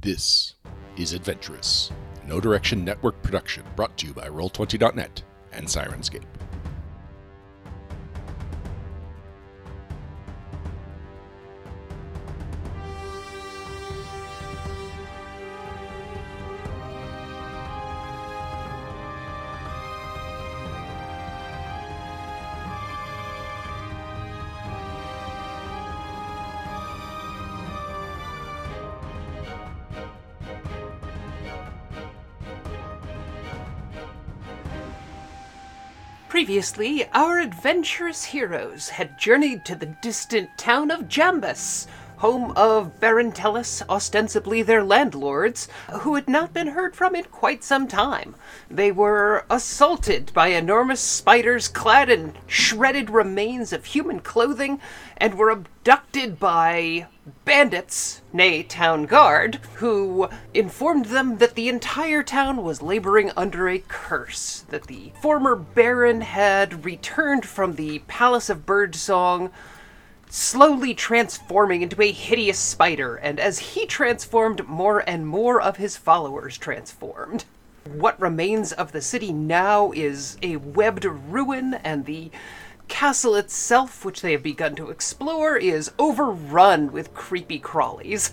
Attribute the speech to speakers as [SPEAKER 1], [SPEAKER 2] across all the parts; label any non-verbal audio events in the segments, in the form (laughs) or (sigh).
[SPEAKER 1] This is Adventurous, a No Direction Network production brought to you by Roll20.net and Sirenscape.
[SPEAKER 2] Previously, our adventurous heroes had journeyed to the distant town of Jambus, home of Varentellus, ostensibly their landlords, who had not been heard from in quite some time. They were assaulted by enormous spiders clad in shredded remains of human clothing and were abducted by bandits, nay, town guard, who informed them that the entire town was laboring under a curse, that the former baron had returned from the Palace of Birdsong, slowly transforming into a hideous spider, and as he transformed, more and more of his followers transformed. What remains of the city now is a webbed ruin, and the castle itself, which they have begun to explore, is overrun with creepy crawlies.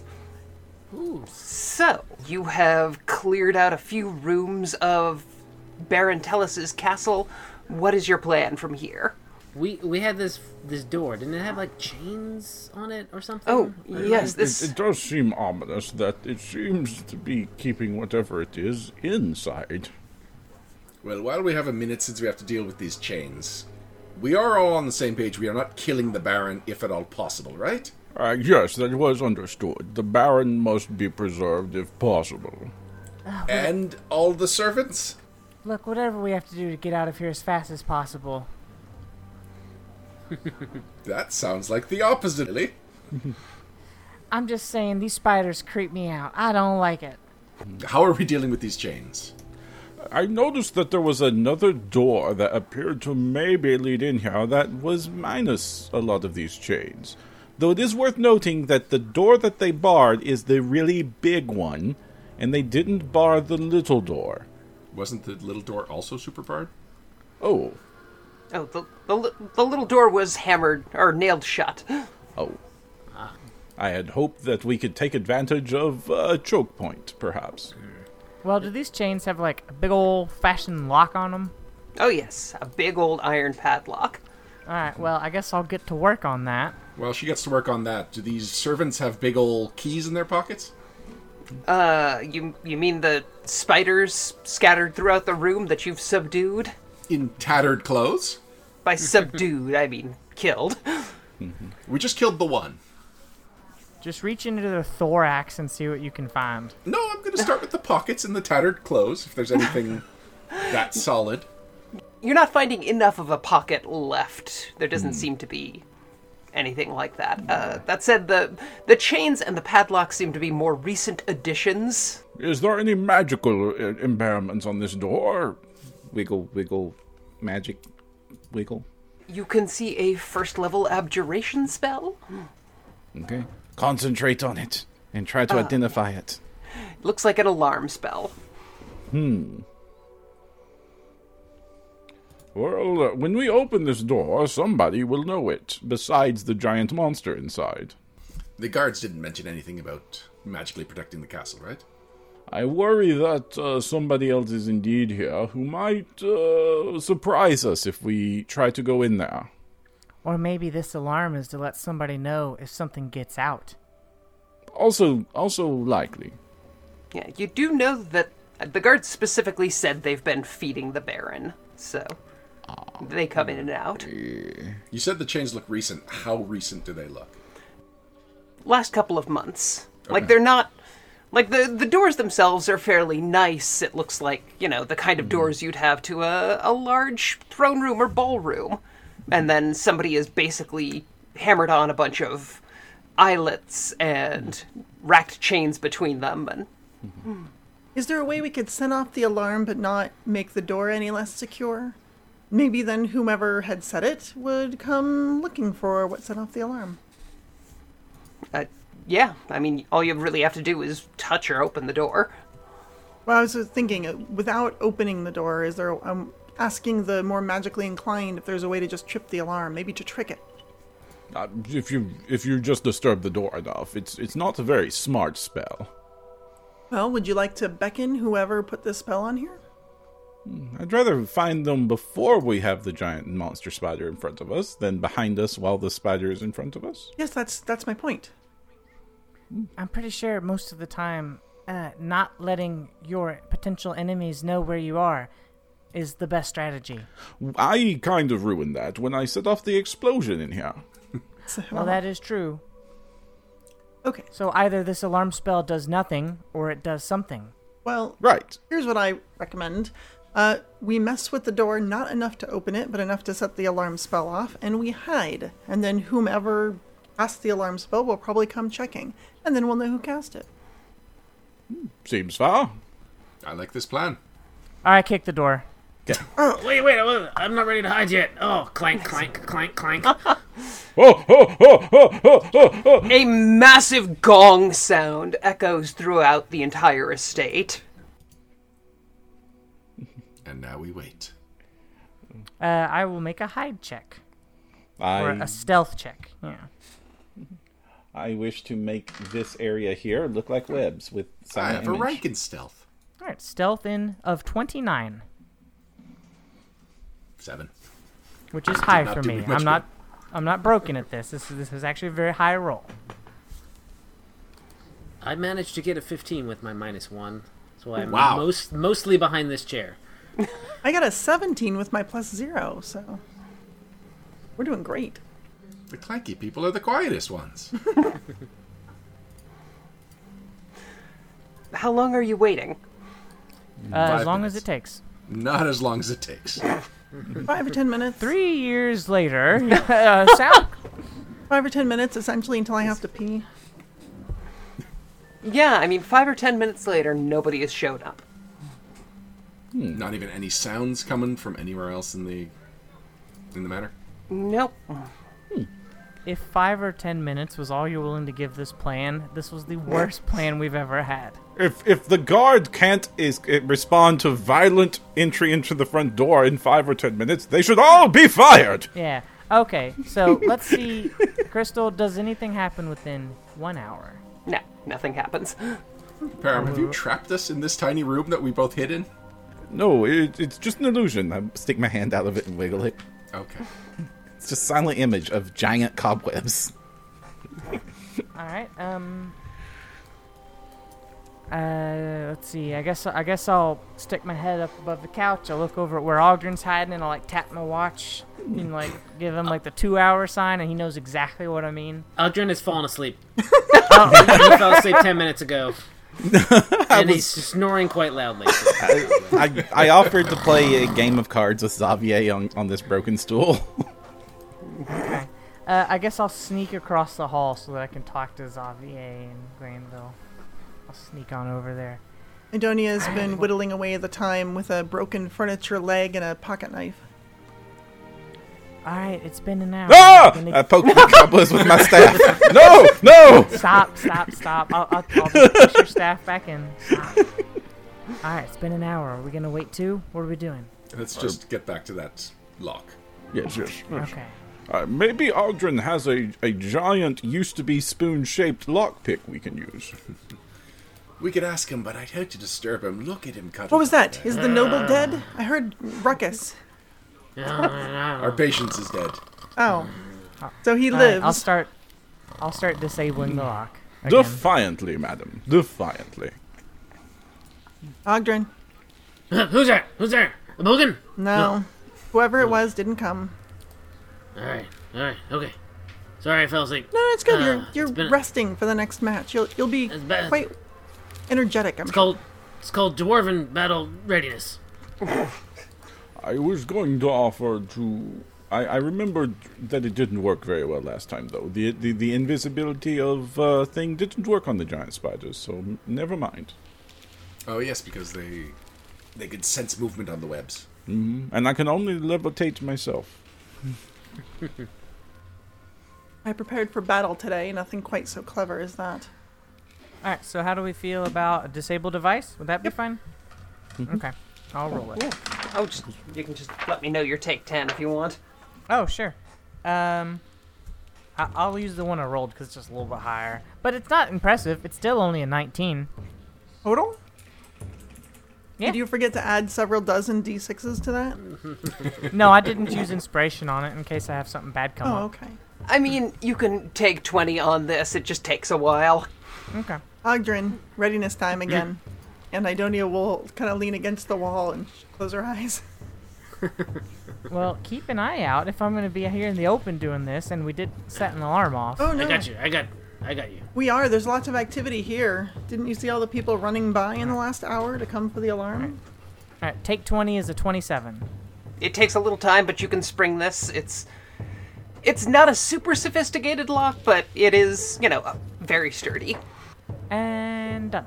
[SPEAKER 2] So, you have cleared out a few rooms of Baron Tellus's castle. What is your plan from here?
[SPEAKER 3] We we had this this door. Didn't it have like chains on it or something?
[SPEAKER 2] Oh,
[SPEAKER 3] Or-
[SPEAKER 2] yes,
[SPEAKER 4] It,
[SPEAKER 2] this.
[SPEAKER 4] it does seem ominous that it seems to be keeping whatever it is inside.
[SPEAKER 5] Well, while we have a minute since we have to deal with these chains, we are all on the same page. We are not killing the Baron if at all possible, right?
[SPEAKER 4] Uh, yes, that was understood. The Baron must be preserved if possible.
[SPEAKER 5] And all the servants?
[SPEAKER 6] Look, whatever we have to do to get out of here as fast as possible.
[SPEAKER 5] That sounds like the opposite, Lily.
[SPEAKER 6] I'm just saying, these spiders creep me out. I don't like it.
[SPEAKER 5] How are we dealing with these chains?
[SPEAKER 4] I noticed that there was another door that appeared to maybe lead in here that was minus a lot of these chains. Though it is worth noting that the door that they barred is the really big one, and they didn't bar the little door.
[SPEAKER 5] Wasn't the little door also super barred?
[SPEAKER 4] Oh,
[SPEAKER 2] Oh, the, the, li- the little door was hammered or nailed shut. (gasps)
[SPEAKER 4] Oh. I had hoped that we could take advantage of a choke point, perhaps.
[SPEAKER 6] Well, do these chains have like a big old fashioned lock on them?
[SPEAKER 2] Oh, yes, a big old iron padlock.
[SPEAKER 6] All right, well, I guess I'll get to work on that.
[SPEAKER 5] Well, she gets to work on that. Do these servants have big ol' keys in their pockets?
[SPEAKER 2] Uh, you, you mean the spiders scattered throughout the room that you've subdued?
[SPEAKER 5] In tattered clothes?
[SPEAKER 2] By subdued, I mean killed. (gasps)
[SPEAKER 5] We just killed the one.
[SPEAKER 6] Just reach into their thorax and see what you can find.
[SPEAKER 5] No, I'm going to start with the pockets and the tattered clothes, if there's anything that solid.
[SPEAKER 2] You're not finding enough of a pocket left. There doesn't seem to be anything like that. Uh, that said, the the chains and the padlock seem to be more recent additions.
[SPEAKER 4] Is there any magical uh, impairments on this door? Wiggle, wiggle, magic, wiggle.
[SPEAKER 2] You can see a first level abjuration spell.
[SPEAKER 4] Okay. Concentrate on it and try to identify it.
[SPEAKER 2] Looks like an alarm spell.
[SPEAKER 4] Well, uh, when we open this door, somebody will know it, besides the giant monster inside.
[SPEAKER 5] The guards didn't mention anything about magically protecting the castle, right?
[SPEAKER 4] I worry that uh, somebody else is indeed here who might uh, surprise us if we try to go in there.
[SPEAKER 6] Or maybe this alarm is to let somebody know if something gets out.
[SPEAKER 4] Also, also likely.
[SPEAKER 2] Yeah, you do know that uh, the guards specifically said they've been feeding the Baron, so they come in and out.
[SPEAKER 5] You said the chains look recent. How recent do they look?
[SPEAKER 2] last couple of months. Like they're not like the the doors themselves are fairly nice. It looks like, you know, the kind of doors you'd have to a a large throne room or ballroom. And then somebody is basically hammered on a bunch of eyelets and racked chains between them and
[SPEAKER 7] Is there a way we could send off the alarm but not make the door any less secure? Maybe then whomever had set it would come looking for what set off the alarm.
[SPEAKER 2] uh, Yeah, I mean, all you really have to do is touch or open the door.
[SPEAKER 7] Well, I was just thinking, uh, without opening the door, is there? I'm asking the more magically inclined if there's a way to just trip the alarm, maybe to trick it.
[SPEAKER 4] Uh, if you if you just disturb the door enough, it's it's not a very smart spell.
[SPEAKER 7] Well, would you like to beckon whoever put this spell on here?
[SPEAKER 4] I'd rather find them before we have the giant monster spider in front of us than behind us while the spider is in front of us.
[SPEAKER 7] Yes, that's that's my point. (laughs)
[SPEAKER 6] I'm pretty sure most of the time, uh, not letting your potential enemies know where you are is the best strategy.
[SPEAKER 4] I kind of ruined that when I set off the explosion in here.
[SPEAKER 7] So,
[SPEAKER 6] Well, that is true.
[SPEAKER 7] okay.
[SPEAKER 6] So either this alarm spell does nothing, or it does something.
[SPEAKER 7] Well,
[SPEAKER 4] Right.
[SPEAKER 7] here's what I recommend. Uh, we mess with the door, not enough to open it, but enough to set the alarm spell off, and we hide. And then whomever cast the alarm spell will probably come checking, and then we'll know who cast it.
[SPEAKER 4] Seems fair.
[SPEAKER 5] I like this plan.
[SPEAKER 6] All right, kick the door.
[SPEAKER 3] Wait, wait, wait, I'm not ready to hide yet. Oh, clank, clank, clank, clank.
[SPEAKER 4] Oh, oh, oh, oh, oh, oh, oh.
[SPEAKER 2] A massive gong sound echoes throughout the entire estate.
[SPEAKER 5] And now we wait.
[SPEAKER 6] Uh, I will make a hide check or
[SPEAKER 4] I,
[SPEAKER 6] a stealth check. Yeah.
[SPEAKER 4] I wish to make this area here look like webs with
[SPEAKER 5] I
[SPEAKER 4] silent
[SPEAKER 5] have
[SPEAKER 4] image.
[SPEAKER 5] a rank in stealth.
[SPEAKER 6] All right, stealth in of 29,
[SPEAKER 5] Seven.
[SPEAKER 6] which is high
[SPEAKER 5] not
[SPEAKER 6] for
[SPEAKER 5] do
[SPEAKER 6] me.
[SPEAKER 5] much
[SPEAKER 6] I'm
[SPEAKER 5] good.
[SPEAKER 6] not. I'm not broken at this. This is, this is actually a very high roll.
[SPEAKER 3] I managed to get a 15 with my minus one, so I'm
[SPEAKER 5] Wow.
[SPEAKER 3] most mostly behind this chair.
[SPEAKER 7] I got a 17 with my plus zero, so we're doing great.
[SPEAKER 5] The clanky people are the quietest ones.
[SPEAKER 2] How long are you waiting?
[SPEAKER 6] Uh, as
[SPEAKER 5] Mm, Five
[SPEAKER 6] long as
[SPEAKER 5] minutes.
[SPEAKER 6] it takes.
[SPEAKER 5] Not as long as it takes.
[SPEAKER 7] Five or ten minutes.
[SPEAKER 6] Three years
[SPEAKER 5] (laughs)
[SPEAKER 6] later, (laughs) uh, sound
[SPEAKER 7] Five or ten minutes, essentially, until I have to pee.
[SPEAKER 2] Yeah, I mean, five or ten minutes later, nobody has showed up.
[SPEAKER 5] Not even any sounds coming from anywhere else in the in the manor.
[SPEAKER 2] Nope.
[SPEAKER 6] If five or ten minutes was all you're willing to give this plan, this was the worst plan we've ever had.
[SPEAKER 4] If if the guard can't is eh, respond to violent entry into the front door in five or ten minutes, they should all be fired.
[SPEAKER 6] Yeah. Okay, so
[SPEAKER 5] (laughs)
[SPEAKER 6] let's see. Crystal, does anything happen within one hour?
[SPEAKER 2] No, nothing happens.
[SPEAKER 5] Param, have you trapped us in this tiny room that we both hid in?
[SPEAKER 4] No, it, it's just an illusion. I stick my hand out of it and wiggle it.
[SPEAKER 5] Okay.
[SPEAKER 4] It's just silent image of giant cobwebs.
[SPEAKER 6] All right. Um. Uh, let's see. I guess I guess I'll stick my head up above the couch. I'll look over at where Aldrin's hiding, and I'll like tap my watch and like give him like the two-hour sign, and he knows exactly what I mean.
[SPEAKER 3] Aldrin has fallen asleep. oh, he fell asleep 10 minutes ago. and he's snoring quite loudly.
[SPEAKER 4] I, I offered to play a game of cards with Xavier on, on this broken stool. (laughs)
[SPEAKER 6] Uh, I guess I'll sneak across the hall so that I can talk to Xavier and Granville. I'll sneak on over there.
[SPEAKER 7] Adonia's been whittling away the time with a broken furniture leg and a pocket knife.
[SPEAKER 6] All right, it's been an hour.
[SPEAKER 4] Ah!
[SPEAKER 6] I'm gonna-
[SPEAKER 4] I poked the cobwebs with my staff. No, no.
[SPEAKER 6] (laughs) Stop! Stop! Stop! I'll, I'll, I'll just push your staff back in. Stop. All right, it's been an hour. Are we gonna wait too? What are we doing?
[SPEAKER 5] Let's just get back to that lock.
[SPEAKER 4] Yes, yes. yes.
[SPEAKER 6] Okay.
[SPEAKER 4] Uh, maybe Aldrin has a, a giant, used to be spoon shaped lockpick we can use.
[SPEAKER 5] We could ask him, but I'd hate to disturb him. Look at him cutting.
[SPEAKER 7] What was that? Is the noble dead? I heard ruckus.
[SPEAKER 5] Our patience is dead.
[SPEAKER 7] Oh. So he
[SPEAKER 6] All right, I'll
[SPEAKER 7] lives.
[SPEAKER 6] start. I'll start disabling the lock.
[SPEAKER 4] Mm.
[SPEAKER 6] again.
[SPEAKER 4] Defiantly, madam. Defiantly.
[SPEAKER 7] Ogdrin.
[SPEAKER 3] Who's there? Who's there? A bogan?
[SPEAKER 7] No. Whoever it was didn't come.
[SPEAKER 3] Alright, alright, okay. Sorry I fell asleep.
[SPEAKER 7] No, no, it's good.
[SPEAKER 3] Uh,
[SPEAKER 7] you're
[SPEAKER 3] it's
[SPEAKER 7] you're
[SPEAKER 3] been-
[SPEAKER 7] resting for the next match. You'll you'll be
[SPEAKER 3] It's been-
[SPEAKER 7] quite energetic. I'm
[SPEAKER 3] It's called, it's called Dwarven Battle Readiness.
[SPEAKER 4] I was going to offer to. I, I remembered that it didn't work very well last time, though. The the, the invisibility of uh, thing didn't work on the giant spiders, so m- never mind.
[SPEAKER 5] Oh yes, because they they could sense movement on the webs.
[SPEAKER 4] And I can only levitate myself.
[SPEAKER 7] I I prepared for battle today. Nothing quite so clever as that.
[SPEAKER 6] All right. So how do we feel about a disabled device? Would that be fine? Okay. I'll roll it.
[SPEAKER 2] Oh, just, you can just let me know your take 10 if you want.
[SPEAKER 6] Oh sure. Um, I- I'll use the one I rolled because it's just a little bit higher. But it's not impressive. It's still only a 19.
[SPEAKER 7] Total?
[SPEAKER 6] Yeah.
[SPEAKER 7] Did you forget to add several dozen d6s to that?
[SPEAKER 3] Mm-hmm.
[SPEAKER 6] No, I didn't use inspiration on it in case I have something bad come
[SPEAKER 7] Oh,
[SPEAKER 6] up.
[SPEAKER 7] okay.
[SPEAKER 2] I mean, you can take 20 on this, it just takes a while.
[SPEAKER 6] Okay.
[SPEAKER 7] Ogdrin, readiness time again.
[SPEAKER 3] Mm-hmm.
[SPEAKER 7] and Idonia will kind of lean against the wall and sh- close her eyes. (laughs)
[SPEAKER 6] Well, keep an eye out if I'm going to be here in the open doing this, and we did set an alarm off.
[SPEAKER 7] Oh no,
[SPEAKER 3] I got you. I got. I got you.
[SPEAKER 7] we are. There's lots of activity here. Didn't you see all the people running by in the last hour to come for the alarm?
[SPEAKER 6] All right, take 20 is a 27.
[SPEAKER 2] It takes a little time, but you can spring this. It's it's not a super sophisticated lock, but it is, you know, uh, very sturdy.
[SPEAKER 6] And done.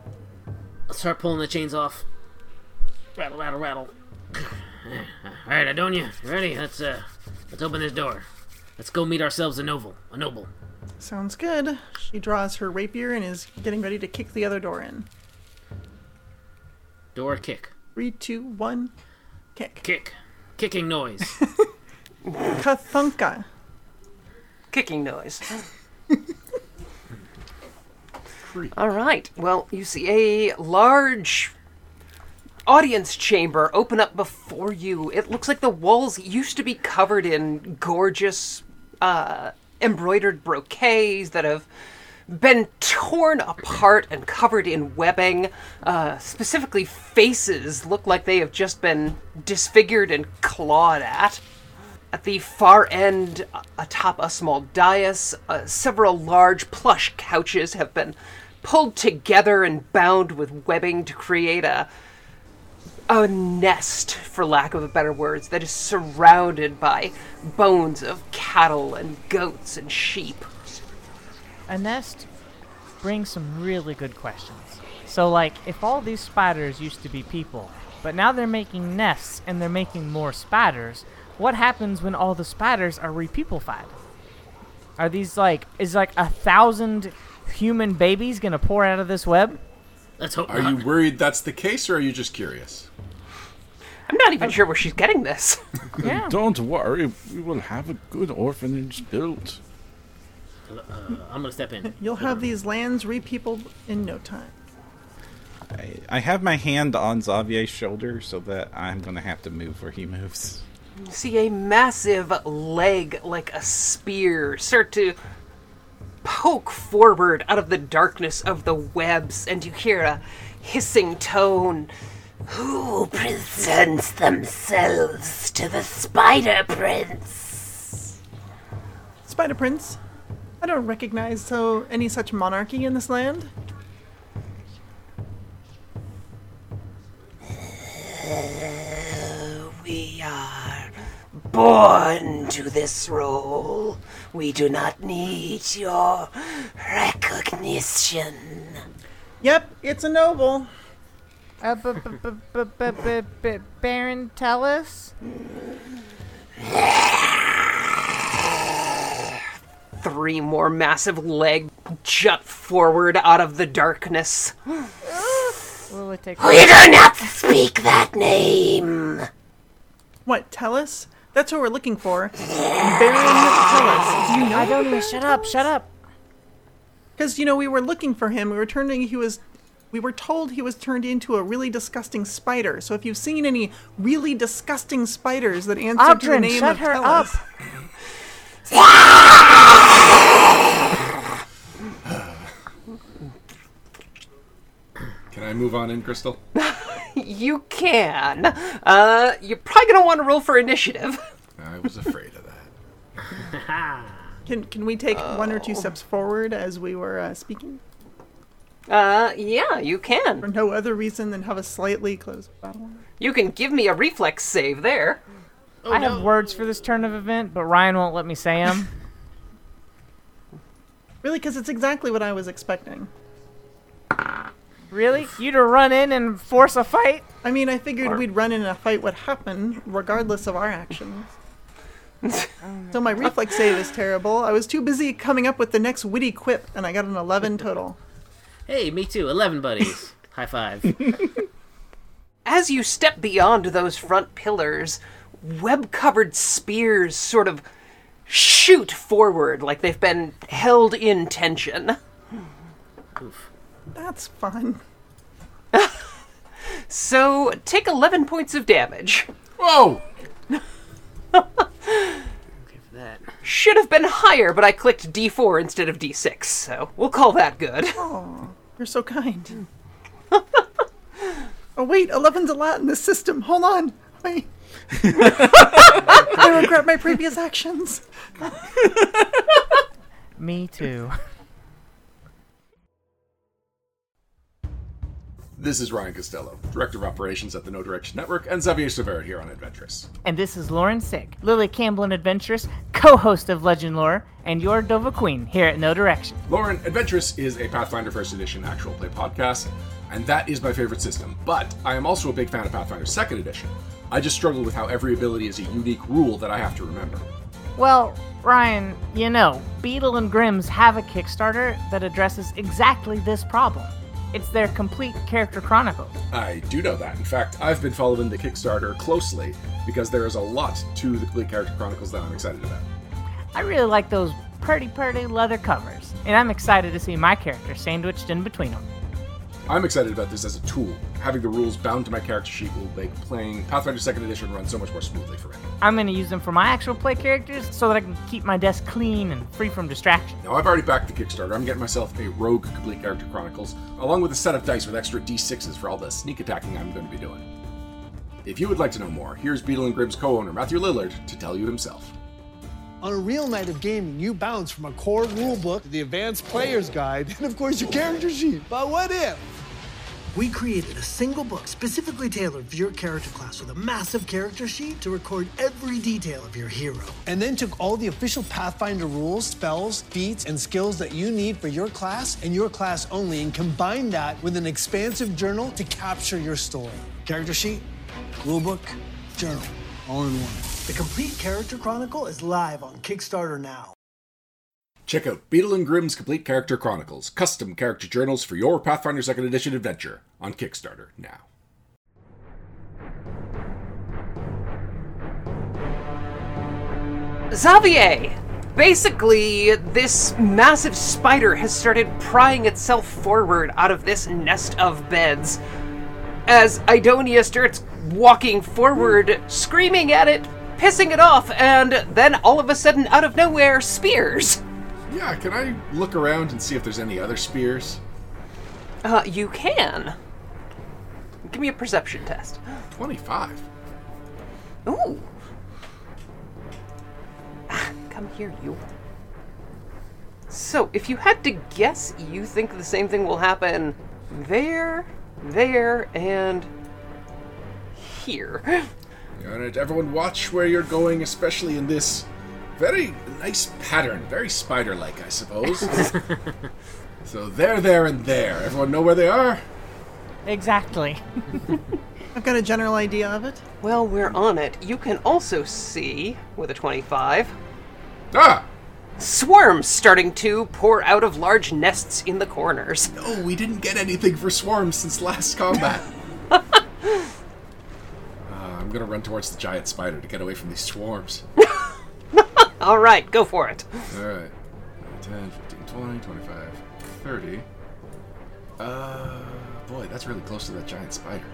[SPEAKER 3] Let's start pulling the chains off. Rattle, rattle, rattle. All right, Adonia, you ready? Let's uh, let's open this door. Let's go meet ourselves a noble. A noble.
[SPEAKER 7] Sounds good. She draws her rapier and is getting ready to kick the other door in.
[SPEAKER 3] Door kick.
[SPEAKER 7] Three, two, one, kick.
[SPEAKER 3] Kick. Kicking noise.
[SPEAKER 5] (laughs)
[SPEAKER 7] Kathunka.
[SPEAKER 2] Kicking noise. All right. Well, you see a large audience chamber open up before you. It looks like the walls used to be covered in gorgeous uh, embroidered brocades that have been torn apart and covered in webbing. Uh, specifically, faces look like they have just been disfigured and clawed at. At the far end, a- atop a small dais, uh, several large plush couches have been pulled together and bound with webbing to create a a nest, for lack of a better words, that is surrounded by bones of cattle and goats and sheep.
[SPEAKER 6] A nest brings some really good questions. So, like, if all these spiders used to be people, but now they're making nests and they're making more spiders, what happens when all the spiders are repeoplified? Are these like, is like a thousand human babies gonna pour out of this web?
[SPEAKER 3] Let's hope
[SPEAKER 5] Are
[SPEAKER 3] not.
[SPEAKER 5] you worried that's the case, or are you just curious?
[SPEAKER 2] I'm not even sure where she's getting this.
[SPEAKER 6] Yeah.
[SPEAKER 4] Don't worry, we will have a good orphanage built.
[SPEAKER 3] Uh, I'm gonna step in.
[SPEAKER 7] You'll have these lands repeopled in no time.
[SPEAKER 4] I, I have my hand on Xavier's shoulder so that I'm going to have to move where he moves.
[SPEAKER 2] see a massive leg like a spear start to poke forward out of the darkness of the webs, and you hear a hissing tone. Who presents themselves to the Spider Prince?
[SPEAKER 7] Spider Prince, I don't recognize so any such monarchy in this land.
[SPEAKER 2] We are born to this role. We do not need your recognition.
[SPEAKER 7] Yep, it's a noble.
[SPEAKER 6] Uh, b- b- b- b- b- b- b- Baron Tellus?
[SPEAKER 2] three more massive leg jut forward out of the darkness.
[SPEAKER 6] Will it take
[SPEAKER 2] We do not speak that name.
[SPEAKER 7] What, Tellus? That's what we're looking for. Baron Tellus. Do you know
[SPEAKER 6] Idonia, shut up, shut up.
[SPEAKER 7] Because you know we were looking for him. We were turning. He was. We were told he was turned into a really disgusting spider. So if you've seen any really disgusting spiders that answer to the
[SPEAKER 6] Ogdrin,
[SPEAKER 7] name
[SPEAKER 6] shut
[SPEAKER 7] of
[SPEAKER 6] her
[SPEAKER 7] Tellus,
[SPEAKER 6] up.
[SPEAKER 5] Can I move on in, Crystal?
[SPEAKER 2] You can. Uh, you're probably gonna want to roll for initiative.
[SPEAKER 5] (laughs)
[SPEAKER 2] (laughs)
[SPEAKER 5] I was afraid of that.
[SPEAKER 7] can can we take one or two steps forward as we were uh, speaking
[SPEAKER 2] Uh, yeah, you
[SPEAKER 7] for
[SPEAKER 2] can.
[SPEAKER 7] no other reason than have a slightly closed battle?
[SPEAKER 2] You can give me a reflex save there.
[SPEAKER 6] I have words for this turn of event, but Ryan won't let me say them.
[SPEAKER 7] Really, because it's exactly what I was expecting.
[SPEAKER 6] really? You to run in and force a fight?
[SPEAKER 7] I mean, I figured we'd run in and a fight would happen regardless of our actions. So my reflex save is terrible. I was too busy coming up with the next witty quip, and I got an 11 total.
[SPEAKER 3] Hey, me too. Eleven buddies.
[SPEAKER 5] (laughs)
[SPEAKER 3] High five.
[SPEAKER 2] As you step beyond those front pillars, web covered spears sort of shoot forward like they've been held in tension.
[SPEAKER 7] That's fun.
[SPEAKER 2] So take 11 points of damage.
[SPEAKER 5] Whoa!
[SPEAKER 3] Give that.
[SPEAKER 2] Should have been higher, but I clicked d4 instead of d6, so we'll call that good.
[SPEAKER 7] You're so kind. oh, wait, 11's a lot in this system. Hold on. Wait. I regret my previous actions.
[SPEAKER 6] Me too. (laughs)
[SPEAKER 5] This is Ryan Costello, Director of Operations at the No Direction Network, and Xavier Severa here on Adventurous.
[SPEAKER 6] And this is Lauren Sick, Lily Campbell and Adventurous, co-host of Legend Lore, and your Dova Queen here at No Direction.
[SPEAKER 5] Lauren, Adventurous is a Pathfinder First Edition actual play podcast, and that is my favorite system. But I am also a big fan of Pathfinder Second Edition. I just struggle with how every ability is a unique rule that I have to remember.
[SPEAKER 6] Well, Ryan, you know, Beetle and Grimm's have a Kickstarter that addresses exactly this problem. It's their complete character chronicle.
[SPEAKER 5] I do know that. In fact, I've been following the Kickstarter closely because there is a lot to the Complete Character Chronicles that I'm excited about.
[SPEAKER 6] I really like those pretty, pretty leather covers, and I'm excited to see my character sandwiched in between them.
[SPEAKER 5] I'm excited about this as a tool. Having the rules bound to my character sheet will make playing Pathfinder Second Edition run so much more smoothly for me.
[SPEAKER 6] I'm going to use them for my actual play characters so that I can keep my desk clean and free from distraction.
[SPEAKER 5] Now, I've already backed the Kickstarter. I'm getting myself a Rogue Complete Character Chronicles, along with a set of dice with extra d6s for all the sneak attacking I'm going to be doing. If you would like to know more, here's Beetle and Grimm's co owner, Matthew Lillard, to tell you himself.
[SPEAKER 8] On a real night of gaming, you bounce from a core rulebook, the advanced player's guide, and of course your character sheet. But what if? We created a single book specifically tailored for your character class with a massive character sheet to record every detail of your hero. And then took all the official Pathfinder rules, spells, feats, and skills that you need for your class and your class only and combined that with an expansive journal to capture your story. Character sheet, rulebook, journal, all in one. The Complete Character Chronicle is live on Kickstarter now.
[SPEAKER 5] Check out Beetle and Grimm's Complete Character Chronicles, custom character journals for your Pathfinder Second Edition adventure on Kickstarter now.
[SPEAKER 2] Xavier! Basically, this massive spider has started prying itself forward out of this nest of beds. As Idonia starts walking forward, screaming at it, pissing it off, and then all of a sudden, out of nowhere, spears!
[SPEAKER 5] Yeah, can I look around and see if there's any other spears?
[SPEAKER 2] Uh, you can. Give me a perception test.
[SPEAKER 5] 25.
[SPEAKER 2] Ooh. Ah, Come here, you. So, if you had to guess, you think the same thing will happen there, there, and here.
[SPEAKER 5] All right, everyone, watch where you're going, especially in this very nice pattern, very spider like, I suppose. so there, there, and there. Everyone know where they are?
[SPEAKER 6] Exactly.
[SPEAKER 7] I've got a general idea of it.
[SPEAKER 2] Well, we're on it. You can also see, with a 25,
[SPEAKER 5] Ah!
[SPEAKER 2] swarms starting to pour out of large nests in the corners.
[SPEAKER 5] Oh, we didn't get anything for swarms since last combat. Uh, I'm gonna run towards the giant spider to get away from these swarms.
[SPEAKER 2] All right, go for it.
[SPEAKER 5] Alright. 10, 15, 20, 25, 30. Uh, boy, that's really close to that giant spider.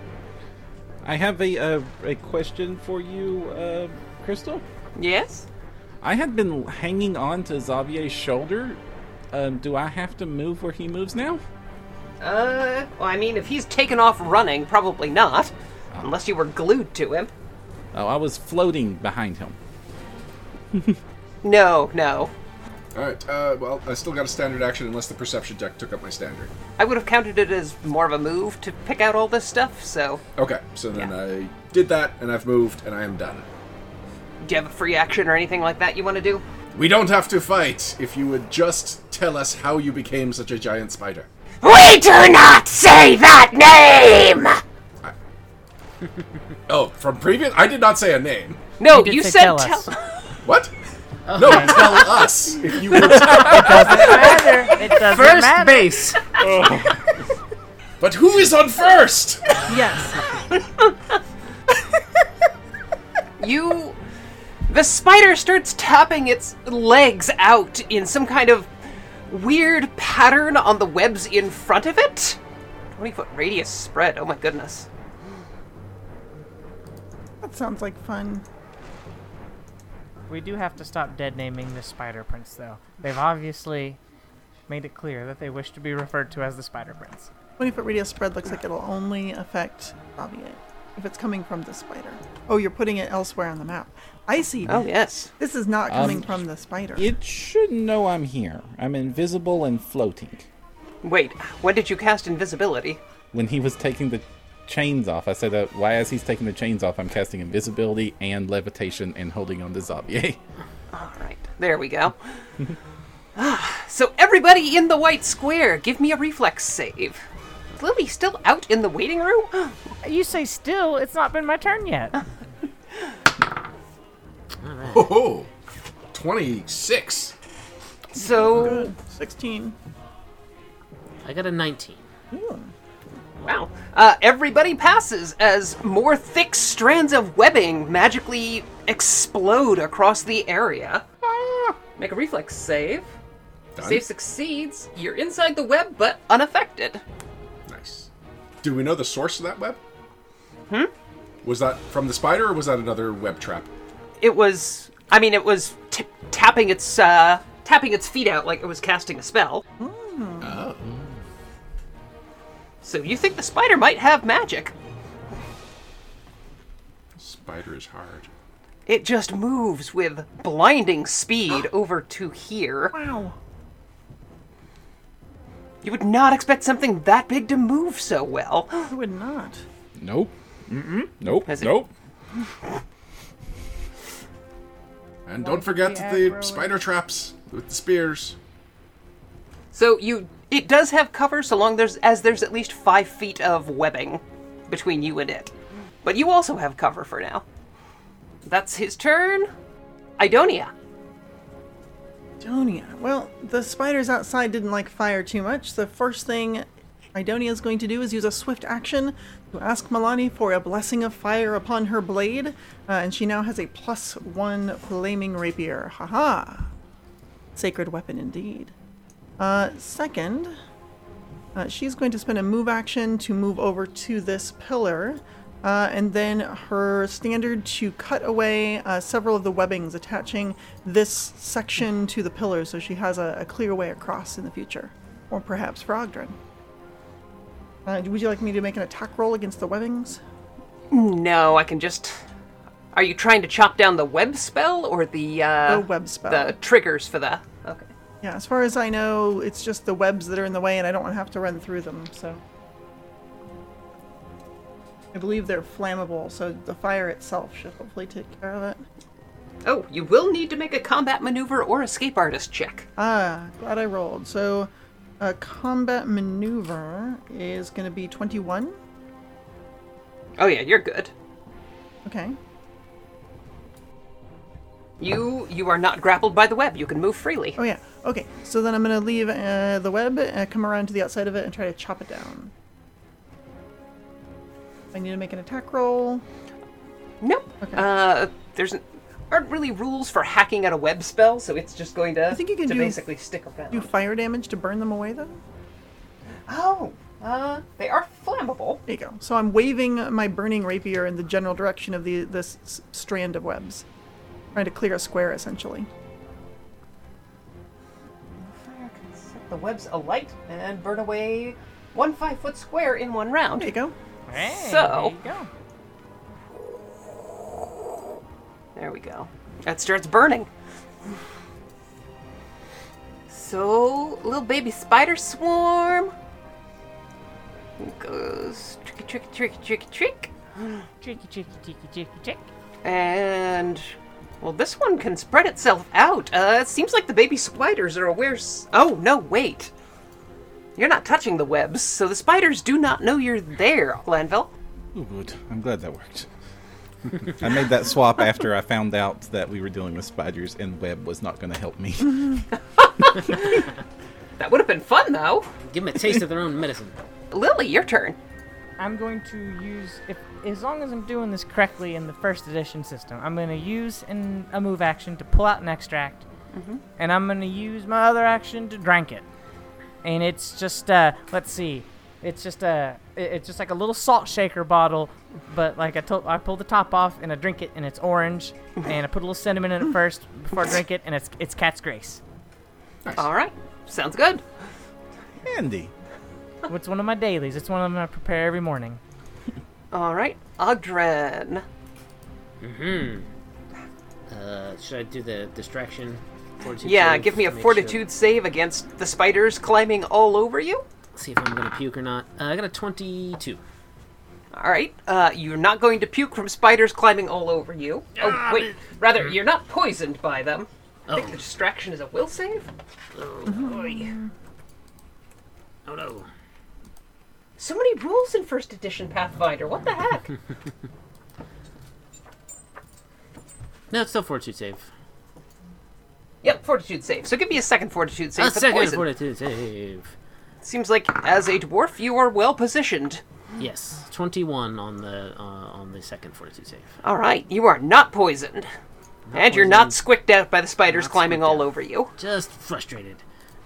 [SPEAKER 4] I have a uh, a question for you, uh, Crystal.
[SPEAKER 2] Yes?
[SPEAKER 4] I had been hanging on to Xavier's shoulder. Um, do I have to move where he moves now?
[SPEAKER 2] Uh, well, I mean, if he's taken off running, probably not. Unless you were glued to him.
[SPEAKER 4] Oh, I was floating behind him.
[SPEAKER 2] No, no.
[SPEAKER 5] Alright, uh, well, I still got a standard action unless the perception deck took up my standard.
[SPEAKER 2] I would have counted it as more of a move to pick out all this stuff, so.
[SPEAKER 5] Okay, so then I did that, and I've moved, and I am done.
[SPEAKER 2] Do you have a free action or anything like that you want to do?
[SPEAKER 5] We don't have to fight if you would just tell us how you became such a giant spider.
[SPEAKER 9] We do not say that name!
[SPEAKER 5] Oh, from previous? I did not say a name.
[SPEAKER 2] No,
[SPEAKER 6] did
[SPEAKER 2] you
[SPEAKER 6] say
[SPEAKER 2] said
[SPEAKER 6] tell
[SPEAKER 2] tell.
[SPEAKER 6] us.
[SPEAKER 5] What? No, tell us Oh, (laughs) if you were
[SPEAKER 6] Matter. (laughs) It doesn't
[SPEAKER 3] First
[SPEAKER 6] matter.
[SPEAKER 3] base.
[SPEAKER 5] But who is on (laughs) first?
[SPEAKER 7] Yes.
[SPEAKER 2] (laughs) You. The spider starts tapping its legs out in some kind of weird pattern on the webs in front of it. 20 foot radius spread, oh my goodness.
[SPEAKER 7] That sounds like fun.
[SPEAKER 6] We do have to stop dead naming the Spider Prince, though. They've obviously made it clear that they wish to be referred to as the Spider Prince.
[SPEAKER 7] 20 foot radius spread looks like it'll only affect Bobby if it's coming from the spider. Oh, you're putting it elsewhere on the map. I see.
[SPEAKER 2] Oh, yes.
[SPEAKER 7] This is not coming from the spider.
[SPEAKER 10] It should know I'm here. I'm invisible and floating.
[SPEAKER 2] Wait, when did you cast invisibility?
[SPEAKER 10] When he was taking the chains off, I said, uh, "Why as he's taking the chains off, I'm casting invisibility and levitation and holding on to (laughs) Xavier."
[SPEAKER 2] Alright, there we go. (laughs) Ah, so, everybody in the white square, give me a reflex save. Is Lily still out in the waiting room? (gasps)
[SPEAKER 6] You say still, it's not been my turn yet.
[SPEAKER 5] Oh, 26.
[SPEAKER 2] So,
[SPEAKER 7] 16.
[SPEAKER 3] I got a 19.
[SPEAKER 2] Wow. Uh, everybody passes as more thick strands of webbing magically explode across the area. Make a reflex save. Save succeeds. You're inside the web, but unaffected.
[SPEAKER 5] Nice. Do we know the source of that web? Hmm? Was that from the spider or was that another web trap?
[SPEAKER 2] It was. I mean, it was t- tapping its uh, tapping its feet out like it was casting a spell. So you think the spider might have magic?
[SPEAKER 5] Spider is hard.
[SPEAKER 2] It just moves with blinding speed over to here.
[SPEAKER 7] Wow.
[SPEAKER 2] You would not expect something that big to move so well.
[SPEAKER 7] I would not.
[SPEAKER 10] Nope. Mm-mm. Nope.
[SPEAKER 2] Has it-
[SPEAKER 10] nope.
[SPEAKER 5] And don't forget the, spider traps with the spears.
[SPEAKER 2] So you, it does have cover so long there's as there's at least five feet of webbing between you and it. But you also have cover for now. That's his turn. Idonia.
[SPEAKER 7] Idonia. Well, the spiders outside didn't like fire too much. The first thing Idonia is going to do is use a swift action to ask Milani for a blessing of fire upon her blade, uh, and she now has a plus one flaming rapier. Haha! Sacred weapon indeed. Uh, second, uh, she's going to spend a move action to move over to this pillar, uh, and then her standard to cut away uh, several of the webbings attaching this section to the pillar so she has a, a clear way across in the future. Or perhaps for Ogden. Uh, would you like me to make an attack roll against the webbings?
[SPEAKER 2] No, I can just. Are you trying to chop down the web spell or the uh,
[SPEAKER 7] The web spell.
[SPEAKER 2] the triggers for the? Okay.
[SPEAKER 7] Yeah, as far as I know, it's just the webs that are in the way, and I don't want to have to run through them, so. I believe they're flammable, so the fire itself should hopefully take care of it.
[SPEAKER 2] Oh, you will need to make a combat maneuver or escape artist check.
[SPEAKER 7] Ah, glad I rolled. So, a combat maneuver is going to be 21.
[SPEAKER 2] Oh yeah, you're good.
[SPEAKER 7] Okay.
[SPEAKER 2] You you are not grappled by the web. You can move freely.
[SPEAKER 7] Oh, yeah. Okay. So then I'm going to leave uh, the web, uh, come around to the outside of it, and try to chop it down. I need to make an attack roll.
[SPEAKER 2] Nope. Uh, there's n- aren't really rules for hacking at a web spell, so it's just going to. I
[SPEAKER 7] think you can
[SPEAKER 2] to
[SPEAKER 7] do-
[SPEAKER 2] basically stick around.
[SPEAKER 7] Do fire damage to burn them away, though?
[SPEAKER 2] Oh, uh, they are flammable.
[SPEAKER 7] There you go. So I'm waving my burning rapier in the general direction of the this s- strand of webs, trying to clear a square essentially.
[SPEAKER 2] Fire can set the webs alight and burn away one five foot square in one round.
[SPEAKER 7] There you go.
[SPEAKER 6] Hey,
[SPEAKER 2] So-
[SPEAKER 6] there you go.
[SPEAKER 2] There we go. That starts burning. So, little baby spider swarm goes tricky, tricky, tricky, tricky, trick.
[SPEAKER 6] Cheeky, cheeky, cheeky, cheeky, cheeky.
[SPEAKER 2] And well, this one can spread itself out. Uh, it seems like the baby spiders are aware. S- oh no, wait. You're not touching the webs, so the spiders do not know you're there, Glanville.
[SPEAKER 10] Oh, good. I'm glad that worked. (laughs) I made that swap after I found out that we were dealing with spiders and web was not going to help me.
[SPEAKER 2] That would have been fun, though.
[SPEAKER 3] Give them a taste of their own medicine.
[SPEAKER 2] Lily, your turn.
[SPEAKER 6] I'm going to use if as long as I'm doing this correctly in the first edition system, I'm going to use an, a move action to pull out an extract, and I'm going to use my other action to drink it. And it's just uh, let's see, it's just a i- it's just like a little salt shaker bottle, but like I to- I pull the top off and I drink it and it's orange, and I put a little cinnamon in it first before I drink it, and it's it's cat's grace.
[SPEAKER 2] All right. Sounds good.
[SPEAKER 10] Andy.
[SPEAKER 6] It's one of my dailies. It's one of them I prepare every morning.
[SPEAKER 2] All right. Ogdren.
[SPEAKER 3] Uh, should I do the distraction? Fortitude
[SPEAKER 2] Yeah,
[SPEAKER 3] save
[SPEAKER 2] give me a
[SPEAKER 3] to make
[SPEAKER 2] fortitude save against the spiders climbing all over you.
[SPEAKER 3] Sure, see if I'm gonna puke or not. Uh, I got a 22.
[SPEAKER 2] All right. Uh, you're not going to puke from spiders climbing all over you. Oh, wait. Rather, you're not poisoned by them. I think the distraction is a will save.
[SPEAKER 3] Oh no.
[SPEAKER 2] So many rules in first edition Pathfinder. What the
[SPEAKER 3] (laughs)
[SPEAKER 2] heck?
[SPEAKER 3] No, it's still fortitude save.
[SPEAKER 2] yep, fortitude save. So give me a second fortitude save
[SPEAKER 3] A
[SPEAKER 2] for the
[SPEAKER 3] Uh, second
[SPEAKER 2] poison.
[SPEAKER 3] fortitude save.
[SPEAKER 2] Seems like as a dwarf you are well positioned.
[SPEAKER 3] Yes, 21 on the uh, on the second fortitude save.
[SPEAKER 2] All right, you are not poisoned. and you're not squicked out by the spiders
[SPEAKER 3] Not
[SPEAKER 2] climbing
[SPEAKER 3] squicked
[SPEAKER 2] all
[SPEAKER 3] out.
[SPEAKER 2] over you.
[SPEAKER 3] Just frustrated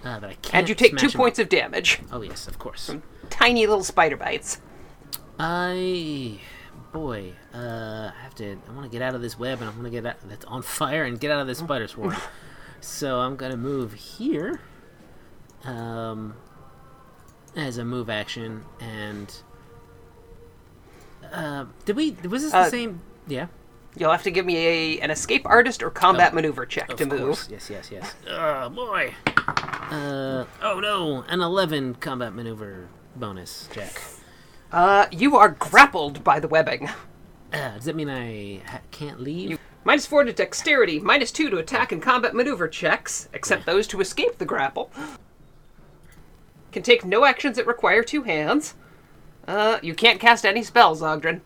[SPEAKER 3] uh, that I can't.
[SPEAKER 2] And you take
[SPEAKER 3] smash
[SPEAKER 2] two
[SPEAKER 3] him.
[SPEAKER 2] points of damage.
[SPEAKER 3] Oh yes, of course.
[SPEAKER 2] Tiny little spider bites.
[SPEAKER 3] I boy, uh, I have to. I want to get out of this web, and I want to get out that's on fire and get out of
[SPEAKER 2] Oh.
[SPEAKER 3] this
[SPEAKER 2] (laughs)
[SPEAKER 3] spider swarm. so I'm gonna move here, um, as a move action. And uh, did we? Was this
[SPEAKER 2] Uh,
[SPEAKER 3] the same? Yeah.
[SPEAKER 2] You'll have to give me a, an escape artist or combat
[SPEAKER 3] Oh,
[SPEAKER 2] maneuver check to move.
[SPEAKER 3] course. Yes, yes, yes. Oh boy. Uh, oh no, an 11 combat maneuver bonus check.
[SPEAKER 2] Uh, (laughs) you are grappled by the webbing.
[SPEAKER 3] Uh, does that mean I ha- can't leave?
[SPEAKER 2] Minus four to dexterity, minus two to attack and combat maneuver checks, except those to escape the grapple. Can take no actions that require two hands. Uh, you can't cast any spells, Ogdrin.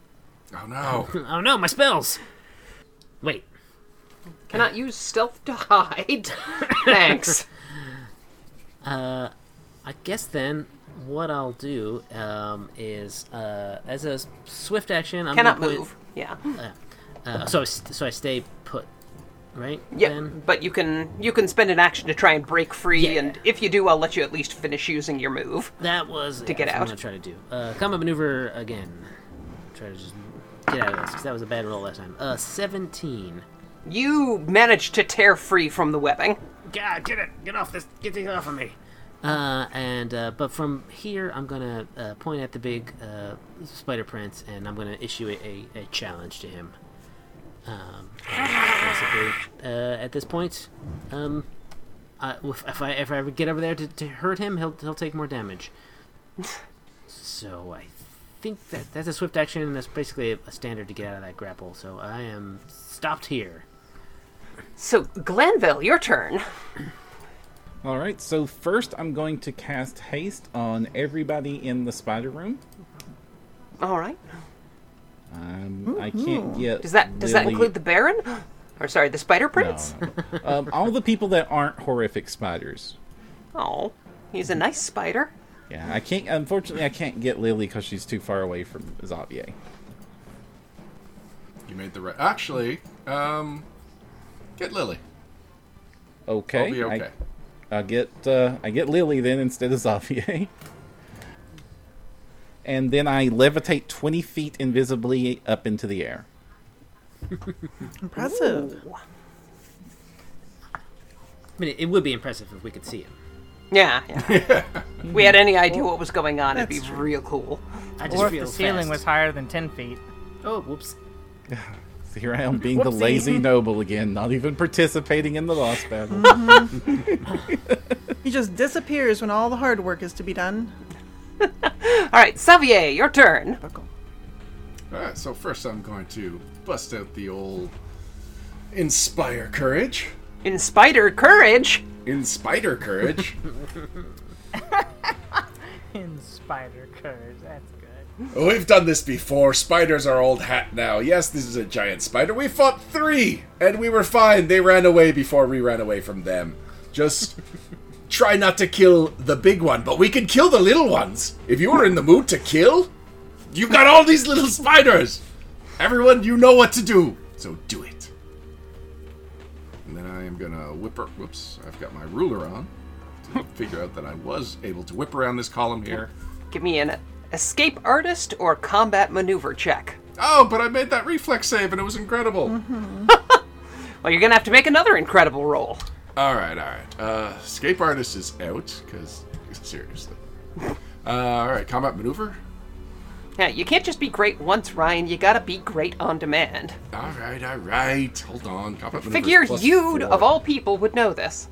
[SPEAKER 5] Oh no.
[SPEAKER 3] Oh no, my spells! Wait,
[SPEAKER 2] Cannot use stealth to
[SPEAKER 3] (laughs)
[SPEAKER 2] hide. Thanks.
[SPEAKER 3] I guess then what I'll do um, is uh, as a s- swift action, I'm
[SPEAKER 2] Cannot
[SPEAKER 3] gonna put-
[SPEAKER 2] move. Yeah.
[SPEAKER 3] Uh, so I s- so I stay put, right?
[SPEAKER 2] Yeah.
[SPEAKER 3] then?
[SPEAKER 2] But you can you can spend an action to try and break free,
[SPEAKER 3] Yeah.
[SPEAKER 2] and if you do, I'll let you at least finish using your move.
[SPEAKER 3] That was to
[SPEAKER 2] get
[SPEAKER 3] What I'm
[SPEAKER 2] out.
[SPEAKER 3] gonna try to do uh, combat maneuver again. Try to just get out of this because that was a bad roll last time. Uh, seventeen.
[SPEAKER 2] You manage to tear free from the webbing.
[SPEAKER 3] God, get it! Get off this! Get these off of me! Uh, and uh, but from here, I'm gonna uh, point at the big uh, spider prince, and I'm gonna issue a, a, a challenge to him. Um, basically, uh, at this point, um, I, if if I if I ever get over there to, to hurt him, he'll he'll take more damage. So I think that that's a swift action, and that's basically a, a standard to get out of that grapple. So I am stopped here.
[SPEAKER 2] So Glanville, your turn.
[SPEAKER 10] (laughs) All right, so first I'm going to cast haste on everybody in the spider room.
[SPEAKER 2] All right.
[SPEAKER 10] Um, I can't get.
[SPEAKER 2] Does that does that
[SPEAKER 10] Lily-
[SPEAKER 2] include the Baron? (gasps) Or sorry, the Spider Prince?
[SPEAKER 10] No.
[SPEAKER 2] (laughs)
[SPEAKER 10] um, all the people that aren't horrific spiders.
[SPEAKER 2] Oh, he's a nice spider.
[SPEAKER 10] Yeah, I can't. Unfortunately, I can't get Lily because she's too far away from Xavier.
[SPEAKER 5] You made the right. Actually, um, get Lily.
[SPEAKER 10] Okay.
[SPEAKER 5] I'll be
[SPEAKER 10] I-
[SPEAKER 5] okay.
[SPEAKER 10] I get uh, I get Lily then instead of Xavier. and then I levitate twenty feet invisibly up into the air.
[SPEAKER 7] Impressive.
[SPEAKER 3] I mean, it would be impressive if we could see it.
[SPEAKER 2] Yeah, yeah. if we had any idea what was going on, it'd be
[SPEAKER 7] That's
[SPEAKER 2] real cool.
[SPEAKER 3] I just
[SPEAKER 6] Or if
[SPEAKER 3] feel
[SPEAKER 6] the ceiling
[SPEAKER 3] fast.
[SPEAKER 6] was higher than ten feet.
[SPEAKER 3] Oh, whoops.
[SPEAKER 10] So here I am being the
[SPEAKER 6] Whoopsie.
[SPEAKER 10] lazy noble again, not even participating in the lost battle. (laughs)
[SPEAKER 7] He just disappears when all the hard work is to be done.
[SPEAKER 2] All right, Xavier, your turn.
[SPEAKER 5] All right. So first, I'm going to bust out the old inspire courage.
[SPEAKER 2] In spider courage.
[SPEAKER 5] In spider (laughs) courage.
[SPEAKER 6] In spider curves, that's good.
[SPEAKER 5] We've done this before. Spiders are old hat now. Yes, this is a giant spider. We fought three, and we were fine. They ran away before we ran away from them. Just try not to kill the big one, but we can kill the little ones. If you were in the mood to kill, you've got all these little spiders. Everyone, you know what to do, so do it. And then I am gonna whip her. Whoops, I've got my ruler on to figure out that I was able to whip around this column here.
[SPEAKER 2] Give me an escape artist or combat maneuver check.
[SPEAKER 5] Oh, but I made that reflex save and it was incredible.
[SPEAKER 2] Mm-hmm. Well, you're gonna have to make another incredible roll.
[SPEAKER 5] All right, all right. Uh, escape artist is out because seriously. Uh, all right, combat maneuver.
[SPEAKER 2] Yeah, you can't just be great once, Ryan. You gotta be great on demand.
[SPEAKER 5] All right, all right. Hold on, combat maneuver. is
[SPEAKER 2] Figure
[SPEAKER 5] plus
[SPEAKER 2] you,
[SPEAKER 5] four.
[SPEAKER 2] of all people, would know this.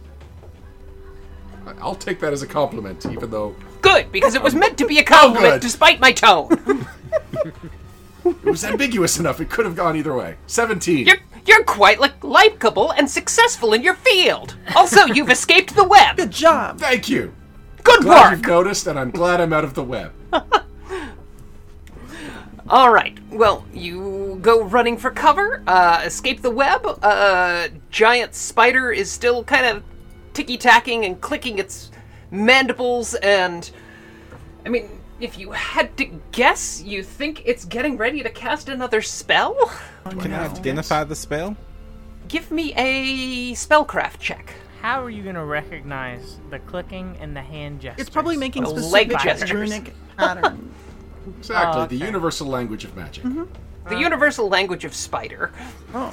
[SPEAKER 5] I- I'll take that as a compliment, even though
[SPEAKER 2] Good, because it was
[SPEAKER 5] (laughs)
[SPEAKER 2] meant to be a compliment,
[SPEAKER 5] Oh, good.
[SPEAKER 2] despite
[SPEAKER 5] (laughs)
[SPEAKER 2] my tone.
[SPEAKER 5] it was ambiguous (laughs) enough. It could have gone either way. Seventeen.
[SPEAKER 2] You're, you're quite like likable and successful in your field. Also, you've escaped the web.
[SPEAKER 7] Good job.
[SPEAKER 5] Thank you.
[SPEAKER 2] Good
[SPEAKER 5] Glad you've
[SPEAKER 2] work.
[SPEAKER 5] noticed, and I'm glad I'm out of the
[SPEAKER 2] (laughs)
[SPEAKER 5] web.
[SPEAKER 2] All right. Well, you go running for cover, uh, escape the web. Uh, giant spider is still kind of ticky tacking and clicking its mandibles, and I mean, if you had to guess, you think it's getting ready to cast another spell.
[SPEAKER 10] Can I identify the spell?
[SPEAKER 2] Give me a spellcraft check.
[SPEAKER 6] How are you going to recognize the clicking and the hand gestures?
[SPEAKER 7] It's probably making
[SPEAKER 2] Oh,
[SPEAKER 7] specific
[SPEAKER 2] leg gestures.
[SPEAKER 7] runic patterns.
[SPEAKER 5] Exactly.
[SPEAKER 6] Oh, okay.
[SPEAKER 5] The universal language of magic.
[SPEAKER 2] Mm-hmm. The universal language of spider.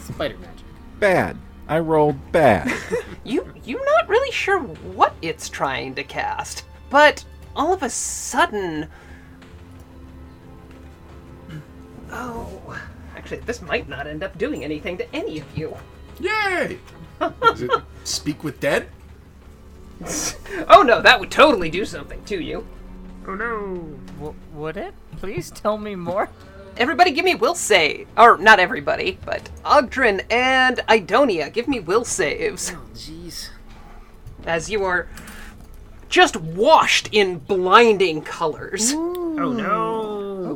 [SPEAKER 3] Spider magic.
[SPEAKER 10] Bad. I rolled bad.
[SPEAKER 2] You you're not really sure what it's trying to cast, but all of a sudden (clears throat) Oh, actually this might not end up doing anything to any of you. (laughs)
[SPEAKER 5] Yay! Is it speak with dead?
[SPEAKER 2] Oh no, that would totally do something to you.
[SPEAKER 6] W- would it? Please tell me more.
[SPEAKER 2] Everybody give me will save. Or not everybody, but Ogdrin and Idonia, give me will saves
[SPEAKER 3] Oh, jeez.
[SPEAKER 2] as you are just washed in blinding colors.
[SPEAKER 3] Oh no.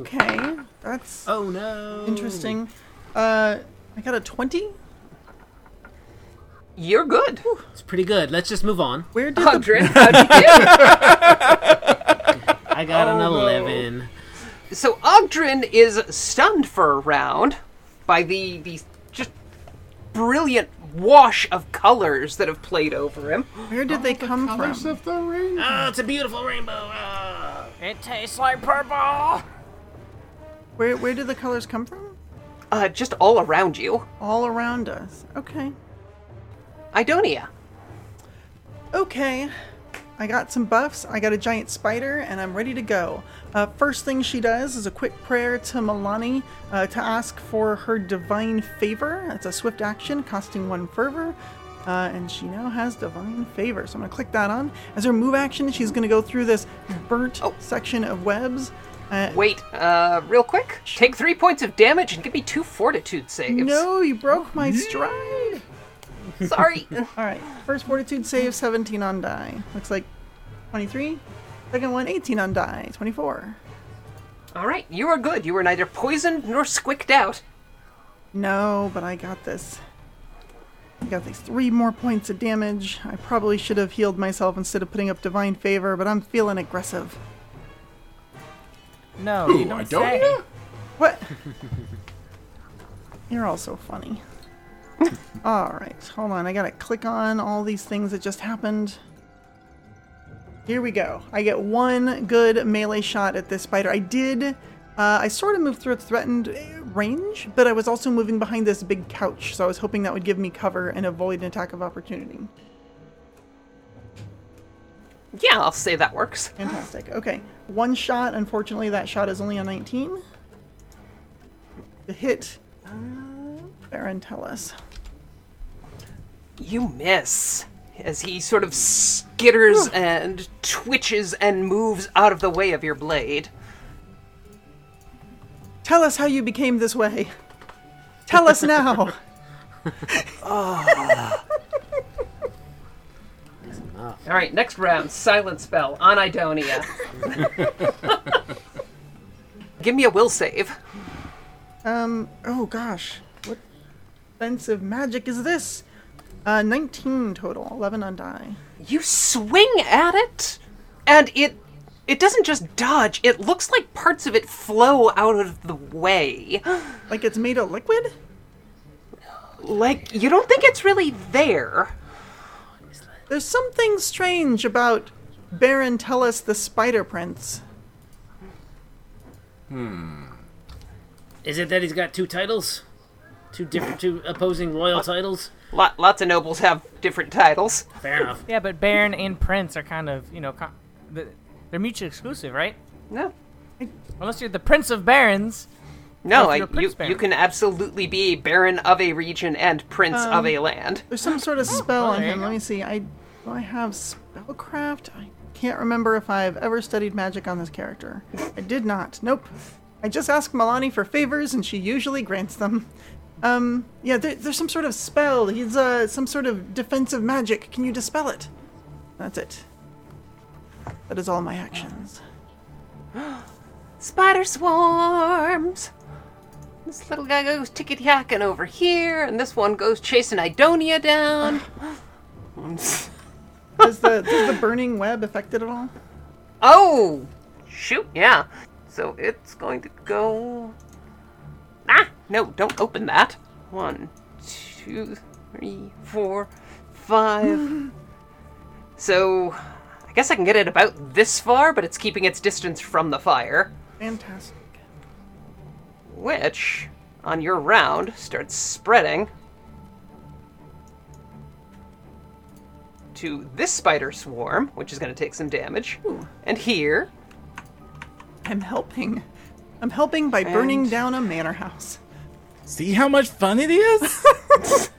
[SPEAKER 7] Okay, that's
[SPEAKER 3] Oh no.
[SPEAKER 7] interesting. Uh, I got a 20.
[SPEAKER 2] You're good.
[SPEAKER 3] It's pretty good. Let's just move (laughs) on.
[SPEAKER 7] Where did the
[SPEAKER 2] Ogdrin, how'd you do?
[SPEAKER 3] I got an eleven.
[SPEAKER 2] So Ogdrin is stunned for a round by the the just brilliant wash of colors that have played over him. (gasps)
[SPEAKER 7] where did they come from?
[SPEAKER 5] Of the rain.
[SPEAKER 3] Oh, it's a beautiful rainbow. Ah.
[SPEAKER 6] It tastes like purple.
[SPEAKER 7] Where where did the colors come from?
[SPEAKER 2] Uh, just all around you.
[SPEAKER 7] All around us. Okay.
[SPEAKER 2] Idonia.
[SPEAKER 7] Okay. I got some buffs. I got a giant spider, and I'm ready to go. Uh, first thing she does is a quick prayer to Milani uh, to ask for her divine favor. That's a swift action costing one fervor. Uh, and she now has divine favor. So I'm going to click that on. As her move action, she's going to go through this burnt section of webs. Uh,
[SPEAKER 2] Wait, uh, real quick. Take three points of damage and give me two fortitude saves. (laughs)
[SPEAKER 7] no, you broke my stride.
[SPEAKER 2] Sorry.
[SPEAKER 7] All right. First fortitude save, 17 on die. Looks like 23. Second one, 18 on die, 24.
[SPEAKER 2] all right, you are good. You were neither poisoned nor squicked out.
[SPEAKER 7] No, but I got this. I got these three more points of damage. I probably should have healed myself instead of putting up divine favor, but I'm feeling aggressive.
[SPEAKER 6] No,
[SPEAKER 5] Who,
[SPEAKER 6] you don't
[SPEAKER 5] Idonia?
[SPEAKER 6] say.
[SPEAKER 7] What? (laughs) You're all so funny. all right, hold on. I gotta click on all these things that just happened. Here we go. I get one good melee shot at this spider. I did. Uh, I sort of moved through its threatened eh, range, but I was also moving behind this big couch, so I was hoping that would give me cover and avoid an attack of opportunity.
[SPEAKER 2] Yeah, I'll say that works.
[SPEAKER 7] Fantastic. Okay. One shot. Unfortunately, that shot is only a 19. The hit. Uh, Baron, tell us.
[SPEAKER 2] You miss. As he sort of skitters and twitches and moves out of the way of your blade.
[SPEAKER 7] Tell us how you became this way. Tell us now.
[SPEAKER 2] All right, next round. Silent spell on Idonia. (laughs) Give me a will save.
[SPEAKER 7] Um. Oh gosh, what offensive magic is this? Uh, 19 total, 11 on die.
[SPEAKER 2] You swing at it, and it it doesn't just dodge. It looks like parts of it flow out of the way.
[SPEAKER 7] Like it's made of liquid?
[SPEAKER 2] Like you don't think it's really there.
[SPEAKER 7] There's something strange about Baron Tellus the Spider Prince.
[SPEAKER 3] Is it that he's got two titles? Two different, two opposing royal titles?
[SPEAKER 2] Lot, lots of nobles have different titles.
[SPEAKER 3] Fair enough.
[SPEAKER 6] Yeah, but Baron and Prince are kind of, you know, co- th- they're mutually exclusive, right?
[SPEAKER 2] No.
[SPEAKER 6] Unless you're the Prince of Barons.
[SPEAKER 2] No,
[SPEAKER 6] Oh,
[SPEAKER 2] I,
[SPEAKER 6] you're a
[SPEAKER 2] you,
[SPEAKER 6] prince baron.
[SPEAKER 2] you can absolutely be baron of a region and prince of a land.
[SPEAKER 7] There's some sort of spell
[SPEAKER 6] well, Oh,
[SPEAKER 7] on
[SPEAKER 6] there you
[SPEAKER 7] him.
[SPEAKER 6] go.
[SPEAKER 7] Let me see. I do I have spellcraft? I can't remember if I've ever studied magic on this character. I did not. Nope. I just ask Milani for favors, and she usually grants them. Um, yeah, there, there's some sort of spell. He's uh, some sort of defensive magic. Can you dispel it? That's it. That is all my actions.
[SPEAKER 2] Spider swarms! This little guy goes ticket yakking over here, and this one goes chasing Idonia (gasps) (laughs) down.
[SPEAKER 7] Does the, does the burning web affect it at all?
[SPEAKER 2] Oh! Shoot, yeah. So it's going to go. Ah! No, don't open that. One, two, three, four, five. so I guess I can get it about this far, but it's keeping its distance from the fire,
[SPEAKER 7] Fantastic.
[SPEAKER 2] which, on your round, starts spreading to this spider swarm, which is going to take some damage, and here.
[SPEAKER 7] I'm helping. I'm helping by burning
[SPEAKER 2] And-
[SPEAKER 7] down a manor house.
[SPEAKER 10] See how much fun it is? (laughs)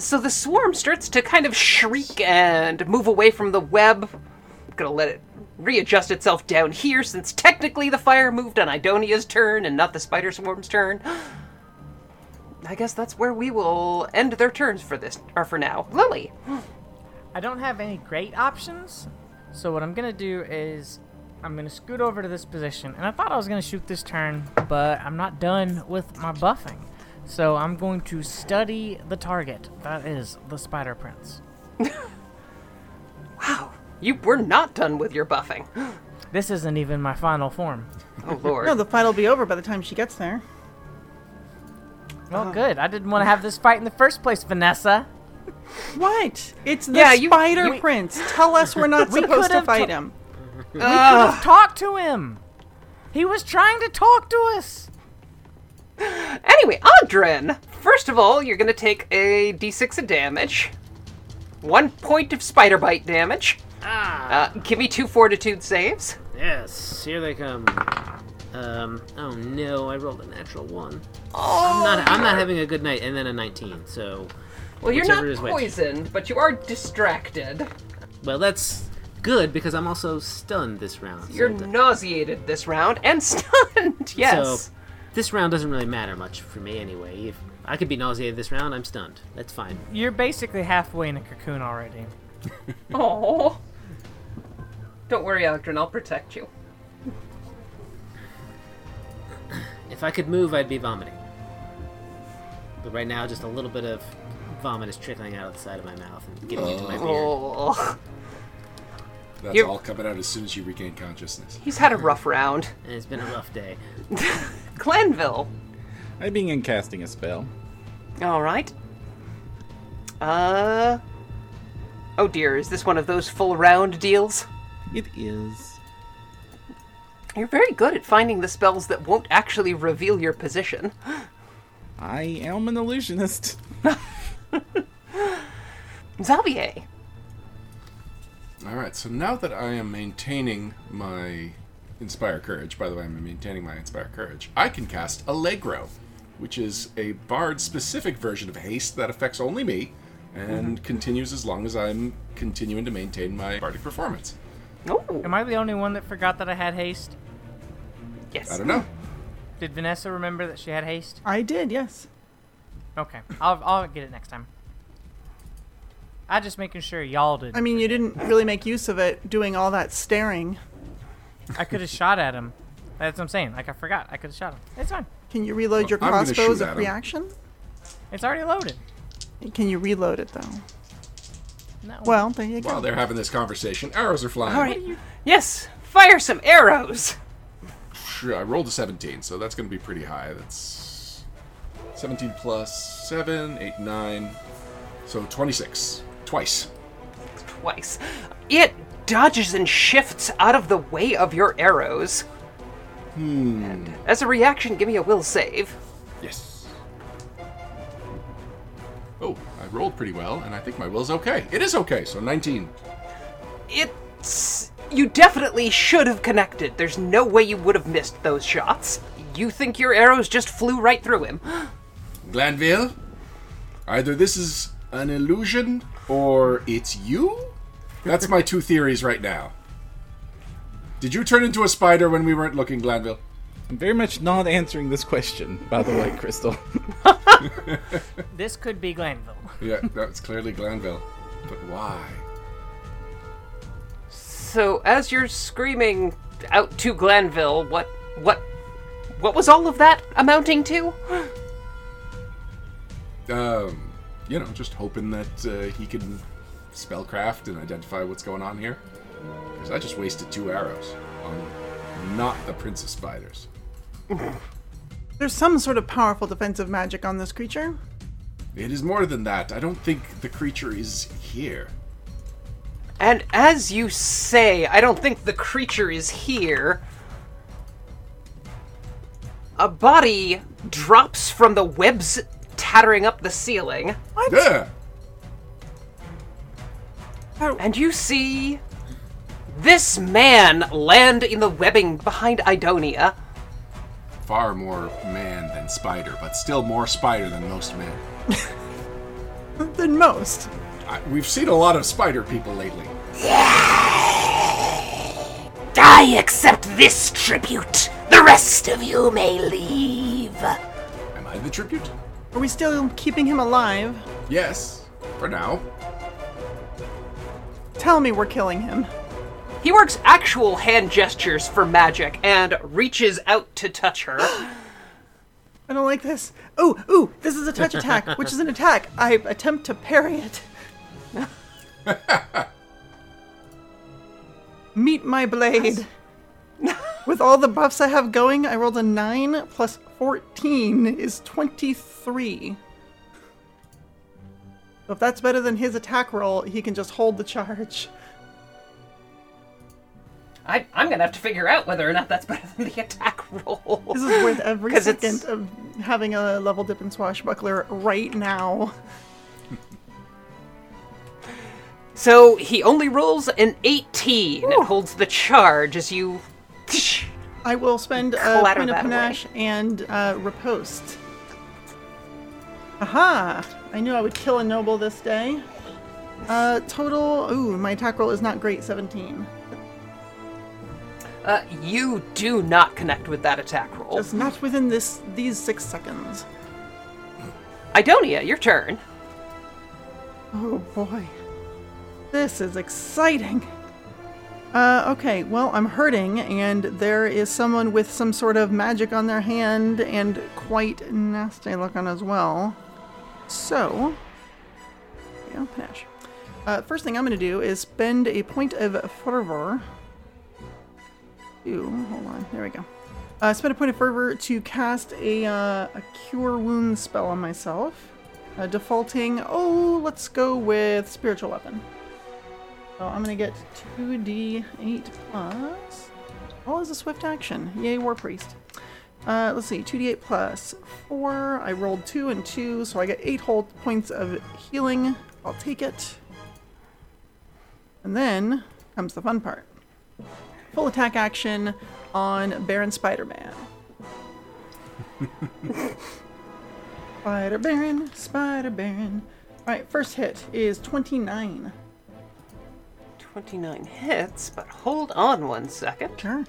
[SPEAKER 2] So the swarm starts to kind of shriek and move away from the web. I'm gonna let it readjust itself down here since technically the fire moved on Idonia's turn and not the spider swarm's turn. (gasps) I guess that's where we will end their turns for this or for now. Lily.
[SPEAKER 6] I don't have any great options, so what I'm gonna do is I'm gonna scoot over to this position. And I thought I was gonna shoot this turn, but I'm not done with my buffing. So I'm going to study the target. That is the Spider Prince.
[SPEAKER 2] Wow. You were not done with your buffing. (gasps)
[SPEAKER 6] This isn't even my final form.
[SPEAKER 7] (laughs)
[SPEAKER 2] Oh lord.
[SPEAKER 7] No, the fight will be over by the time she gets there.
[SPEAKER 6] Well, good. I didn't want to have this fight in the first place, Vanessa.
[SPEAKER 7] What? It's the
[SPEAKER 2] Yeah, you-
[SPEAKER 7] spider
[SPEAKER 2] we-
[SPEAKER 7] prince. Tell us we're not
[SPEAKER 6] We
[SPEAKER 7] supposed to
[SPEAKER 6] could've
[SPEAKER 7] fight
[SPEAKER 6] to-
[SPEAKER 7] him.
[SPEAKER 6] I've talked to him. He was trying to talk to us.
[SPEAKER 2] Anyway, Audrin! First of all, you're gonna take a d6 of damage. One point of spider bite damage. Ah. Uh, give me two fortitude saves.
[SPEAKER 3] Yes, here they come. Um, oh no, I rolled a natural one. Oh, I'm not, I'm not having a good night, and then a 19. So,
[SPEAKER 2] Well, you're
[SPEAKER 3] Whichever
[SPEAKER 2] not
[SPEAKER 3] is which.
[SPEAKER 2] poisoned, but you are distracted.
[SPEAKER 3] well, that's good because I'm also stunned this round. so
[SPEAKER 2] You're
[SPEAKER 3] it-
[SPEAKER 2] nauseated this round and (laughs) stunned. Yes.
[SPEAKER 3] So, this round doesn't really matter much for me anyway. If I could be nauseated this round, I'm stunned. That's fine.
[SPEAKER 6] You're basically halfway in a cocoon already.
[SPEAKER 2] Oh. Don't worry, Ogden. I'll protect you.
[SPEAKER 3] If I could move, I'd be vomiting. But right now, just a little bit of vomit is trickling out of the side of my mouth and getting into my beard.
[SPEAKER 2] Oh.
[SPEAKER 5] That's
[SPEAKER 2] You're-
[SPEAKER 5] all coming out as soon as you regain consciousness.
[SPEAKER 2] He's had a rough round.
[SPEAKER 3] And it's been a rough day.
[SPEAKER 2] Glenville.
[SPEAKER 10] I being in casting a spell.
[SPEAKER 2] All right. Uh. Oh dear, is this one of those full round deals?
[SPEAKER 10] It is.
[SPEAKER 2] You're very good at finding the spells that won't actually reveal your position. (gasps)
[SPEAKER 10] I am an illusionist.
[SPEAKER 2] Xavier.
[SPEAKER 5] All right, so now that I am maintaining my Inspire Courage, by the way, I'm maintaining my Inspire Courage, I can cast Allegro, which is a bard specific version of Haste that affects only me and continues as long as I'm continuing to maintain my bardic performance.
[SPEAKER 2] Oh.
[SPEAKER 6] Am I the only one that forgot that I had haste?
[SPEAKER 2] Yes.
[SPEAKER 5] I don't know.
[SPEAKER 6] Did Vanessa remember that she had haste?
[SPEAKER 7] I did, yes.
[SPEAKER 6] Okay, I'll, I'll get it next time. I just making sure y'all did.
[SPEAKER 7] I mean, you didn't really make use of it doing all that staring.
[SPEAKER 6] I could have shot at him. That's what I'm saying. Like I forgot, I could have shot him. It's fine.
[SPEAKER 7] Can you reload your
[SPEAKER 5] I'm gonna
[SPEAKER 7] crossbow as
[SPEAKER 5] shoot
[SPEAKER 7] a
[SPEAKER 5] at
[SPEAKER 7] free
[SPEAKER 5] him.
[SPEAKER 7] action?
[SPEAKER 6] It's already loaded.
[SPEAKER 7] Can you reload it though?
[SPEAKER 6] No.
[SPEAKER 7] Well, there you go.
[SPEAKER 5] While they're having this conversation, arrows are flying.
[SPEAKER 2] All right. Yes, fire some arrows.
[SPEAKER 5] Sure, I rolled a 17, so that's going to be pretty high. That's 17 plus 7, 8, 9. So 26. Twice.
[SPEAKER 2] Twice. It dodges and shifts out of the way of your arrows. Hmm. And as a reaction, give me a will save.
[SPEAKER 5] Yes. Oh, I rolled pretty well, and I think my will's okay. It is okay, so 19.
[SPEAKER 2] It's. You definitely should have connected. There's no way you would have missed those shots. You think your arrows just flew right through him.
[SPEAKER 5] Glanville, either this is an illusion or it's you? That's my two theories right now. Did you turn into a spider when we weren't looking, Glanville?
[SPEAKER 10] I'm very much not answering this question, by the way, Crystal.
[SPEAKER 6] This could be Glanville.
[SPEAKER 5] Yeah, that's clearly Glanville. But why?
[SPEAKER 2] So as you're screaming out to Glanville, what what what was all of that amounting to?
[SPEAKER 5] um, you know, just hoping that uh, he can spellcraft and identify what's going on here. Because I just wasted two arrows on not the Prince of Spiders.
[SPEAKER 7] There's some sort of powerful defensive magic on this creature.
[SPEAKER 5] It is more than that. I don't think the creature is here.
[SPEAKER 2] And as you say, I don't think the creature is here. A body drops from the webs tattering up the ceiling,
[SPEAKER 5] Yeah.
[SPEAKER 2] and you see this man land in the webbing behind Idonia.
[SPEAKER 5] Far more man than spider, but still more spider than most men.
[SPEAKER 7] Than most.
[SPEAKER 5] I, we've seen a lot of spider people lately.
[SPEAKER 9] I accept this tribute. The rest of you may leave.
[SPEAKER 5] Am I the tribute?
[SPEAKER 7] Are we still keeping him alive?
[SPEAKER 5] Yes. For now.
[SPEAKER 7] Tell me we're killing him.
[SPEAKER 2] He works actual hand gestures for magic and reaches out to touch her.
[SPEAKER 7] I don't like this. Ooh, ooh, this is a touch attack, which is an attack. I attempt to parry
[SPEAKER 2] (laughs)
[SPEAKER 7] it. Meet
[SPEAKER 2] (laughs)
[SPEAKER 7] my blade. With all the buffs I have going, I rolled a 9 plus 14 is 23. So If that's better than his attack roll, he can just hold the charge.
[SPEAKER 2] I, I'm gonna have to figure out whether or not that's better than the attack roll.
[SPEAKER 7] This is worth
[SPEAKER 2] (laughs)
[SPEAKER 7] every
[SPEAKER 2] 'Cause it's-
[SPEAKER 7] second of having a level dip and swashbuckler right now.
[SPEAKER 2] So he only rolls an 18 and holds the charge as you.
[SPEAKER 7] I will spend a
[SPEAKER 2] Clatter
[SPEAKER 7] point of
[SPEAKER 2] that away.
[SPEAKER 7] panache and uh, riposte. Aha! I knew I would kill a noble this day. Uh, total. Ooh, my attack roll is not great. Seventeen.
[SPEAKER 2] Uh, you do not connect with that attack roll.
[SPEAKER 7] It's not within this these six seconds.
[SPEAKER 2] Idonia, your turn.
[SPEAKER 7] Oh boy, this is exciting. Uh, okay, well I'm hurting, and there is someone with some sort of magic on their hand and quite nasty looking as well. So, yeah, panache. Uh, first thing I'm going to do is spend a point of fervor. Ew, hold on. There we go. Uh, spend a point of fervor to cast a, uh, a cure wound spell on myself. Uh, defaulting, oh, let's go with spiritual weapon. So I'm gonna get 2d8 plus. All is a swift action. Yay, war priest. Uh, let's see, 2d8 plus 4. I rolled 2 and 2, so I get 8 whole points of healing. I'll take it. And then comes the fun part full attack action on Baron Spider Man. Spider Baron, Spider Baron. Alright, first hit is 29.
[SPEAKER 2] 29 hits, but hold on one second.
[SPEAKER 7] Sure.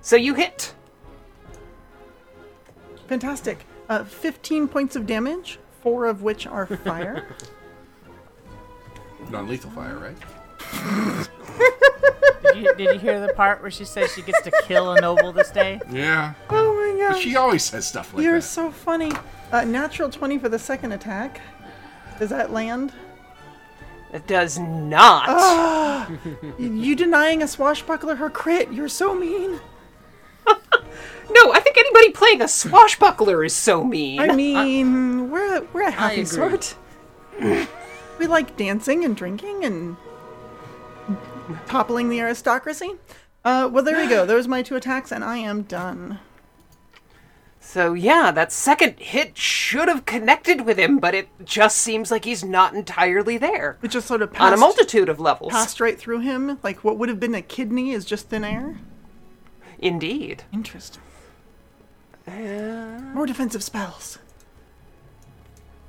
[SPEAKER 2] So you hit.
[SPEAKER 7] Fantastic. Uh, 15 points of damage, four of
[SPEAKER 5] (laughs)
[SPEAKER 7] which are fire.
[SPEAKER 5] Non lethal fire, right?
[SPEAKER 6] (laughs) Did you
[SPEAKER 11] you, did you hear the part where she says she gets to kill a noble this day?
[SPEAKER 5] Yeah.
[SPEAKER 7] Oh my gosh.
[SPEAKER 5] She always says stuff like
[SPEAKER 7] You're
[SPEAKER 5] that.
[SPEAKER 7] so funny. Uh, natural 20 for the second attack. Does that land?
[SPEAKER 2] It does not.
[SPEAKER 7] Ah, you denying a swashbuckler her crit. You're so mean.
[SPEAKER 2] no, I think anybody playing a swashbuckler is so (laughs) mean.
[SPEAKER 7] I mean, we're, a- we're a happy
[SPEAKER 3] agree.
[SPEAKER 7] sort. we like dancing and drinking and toppling the aristocracy. Uh, well, there we go. Those are my two attacks, and I am done.
[SPEAKER 2] So yeah, that second hit should have connected with him, but it just seems like he's not entirely there.
[SPEAKER 7] It just sort of
[SPEAKER 2] on a
[SPEAKER 7] passed-
[SPEAKER 2] multitude of levels.
[SPEAKER 7] passed right through him. Like what would have been a kidney is just thin air.
[SPEAKER 2] Indeed.
[SPEAKER 7] Interesting. More defensive spells.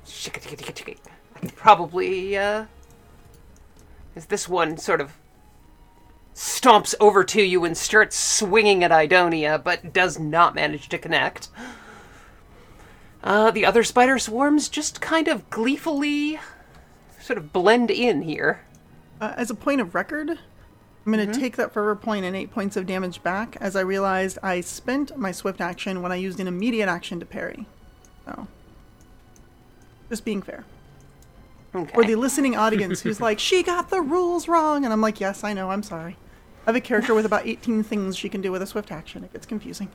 [SPEAKER 2] Shikatikatikatiki. I could Probably, uh. As this one sort of stomps over to you and starts swinging at Idonia, but does not manage to connect. Uh, the other spider swarms just kind of gleefully sort of blend in here.
[SPEAKER 7] Uh, as a point of record, I'm
[SPEAKER 6] Mm-hmm.
[SPEAKER 7] going to take that fervor point and eight points of damage back, as I realized I spent my swift action when I used an immediate action to parry. So, just being fair.
[SPEAKER 2] Okay.
[SPEAKER 7] Or the listening audience
[SPEAKER 6] (laughs)
[SPEAKER 7] who's like, "She got the rules wrong," and I'm like, "Yes, I know. I'm sorry." I have a character with about 18 things she can do with a swift action. It gets confusing.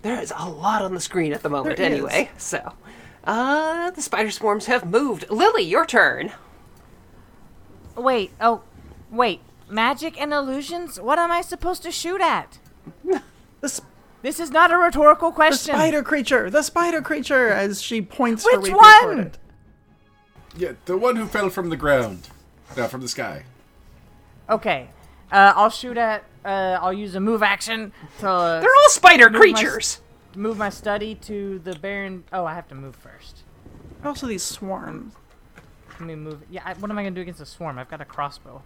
[SPEAKER 2] There is a lot on the screen at the moment,
[SPEAKER 7] There is.
[SPEAKER 2] anyway. So, uh, the spider swarms have moved. Lily, your turn.
[SPEAKER 6] Wait, oh, wait. Magic and illusions? What am I supposed to shoot at?
[SPEAKER 7] The sp-
[SPEAKER 6] This is not a rhetorical
[SPEAKER 7] The
[SPEAKER 6] question.
[SPEAKER 7] spider creature! The spider creature! As she points her
[SPEAKER 6] Which
[SPEAKER 7] rapier
[SPEAKER 6] one?
[SPEAKER 7] toward it.
[SPEAKER 5] yeah, the one who fell from the ground. No, from the sky.
[SPEAKER 6] Okay, uh, I'll shoot at. Uh, I'll use a move action to uh,
[SPEAKER 2] They're all spider
[SPEAKER 6] move my s-
[SPEAKER 2] creatures.
[SPEAKER 6] move my study to the Baron. Oh, I have to move first.
[SPEAKER 7] Also, these swarms.
[SPEAKER 6] Let me move. Yeah, I, what am I gonna do against a swarm? I've got a crossbow.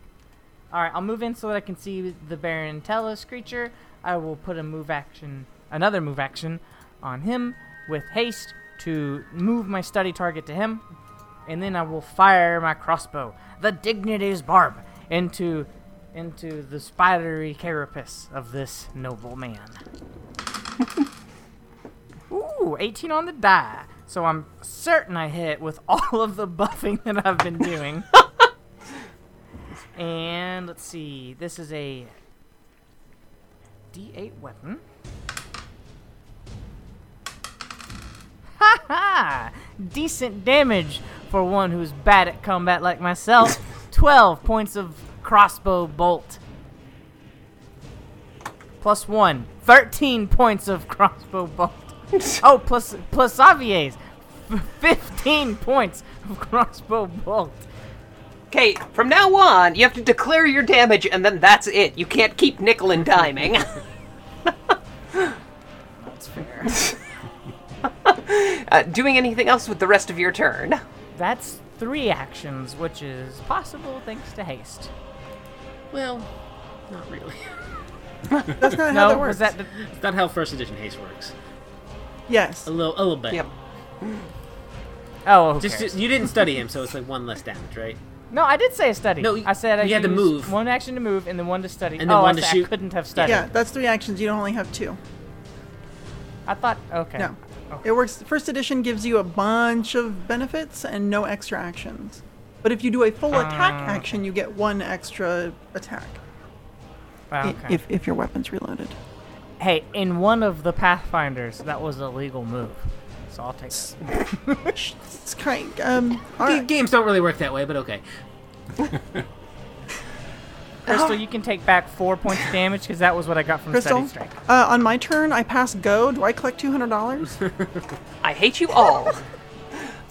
[SPEAKER 6] All right, I'll move in so that I can see the Baron Telos creature. I will put a move action, another move action, on him with haste to move my study target to him, and then I will fire my crossbow, the Dignity's Barb, into into the spidery carapace of this noble man. Ooh, 18 on the die. So I'm certain I hit with (laughs) all of the buffing that I've been doing. and let's see. This is a D8 weapon. Ha ha! Decent damage for one who's bad at combat like myself. 12 points of crossbow bolt. Plus one. 13 points of crossbow bolt. Oh, plus plus Xavier's F- fifteen points of crossbow bolt.
[SPEAKER 2] Okay, from now on, you have to declare your damage, and then that's it. You can't keep nickel and diming. (laughs)
[SPEAKER 6] That's fair.
[SPEAKER 2] uh, doing anything else with the rest of your turn?
[SPEAKER 6] That's three actions, which is possible thanks to haste.
[SPEAKER 3] Well, not really. (laughs)
[SPEAKER 7] That's not how
[SPEAKER 6] No,
[SPEAKER 7] that
[SPEAKER 6] was
[SPEAKER 7] works.
[SPEAKER 6] that the,
[SPEAKER 3] It's not how first edition haste works.
[SPEAKER 7] Yes.
[SPEAKER 3] A little, a little bit.
[SPEAKER 2] Yep.
[SPEAKER 6] oh okay.
[SPEAKER 3] Just, just- you didn't study him, so it's like one less damage, right?
[SPEAKER 6] no, I did say a study.
[SPEAKER 3] No, y-
[SPEAKER 6] I said I
[SPEAKER 3] you had to
[SPEAKER 6] used
[SPEAKER 3] move.
[SPEAKER 6] one action to move and then one to study.
[SPEAKER 3] And then
[SPEAKER 6] oh,
[SPEAKER 3] one to
[SPEAKER 6] I, said I
[SPEAKER 3] shoot.
[SPEAKER 6] couldn't have studied.
[SPEAKER 7] Yeah, that's three actions. You don't only have two.
[SPEAKER 6] I thought okay.
[SPEAKER 7] No. It works. First edition gives you a bunch of benefits and no extra actions. But if you do a full attack action, you get one extra attack.
[SPEAKER 6] Wow,
[SPEAKER 7] i-
[SPEAKER 6] okay.
[SPEAKER 7] If, if your weapon's reloaded.
[SPEAKER 6] hey, in one of the pathfinders, that was a legal move, so I'll take. That.
[SPEAKER 7] It's kind um, all
[SPEAKER 3] G-
[SPEAKER 7] right.
[SPEAKER 3] Games don't really work that way, but okay. (gasps)
[SPEAKER 6] Crystal, you can take back four points of damage because that was what I got from
[SPEAKER 7] Crystal,
[SPEAKER 6] study strike.
[SPEAKER 7] uh, on my turn, I pass go. Do I collect $200?
[SPEAKER 2] I hate you all.
[SPEAKER 6] (laughs)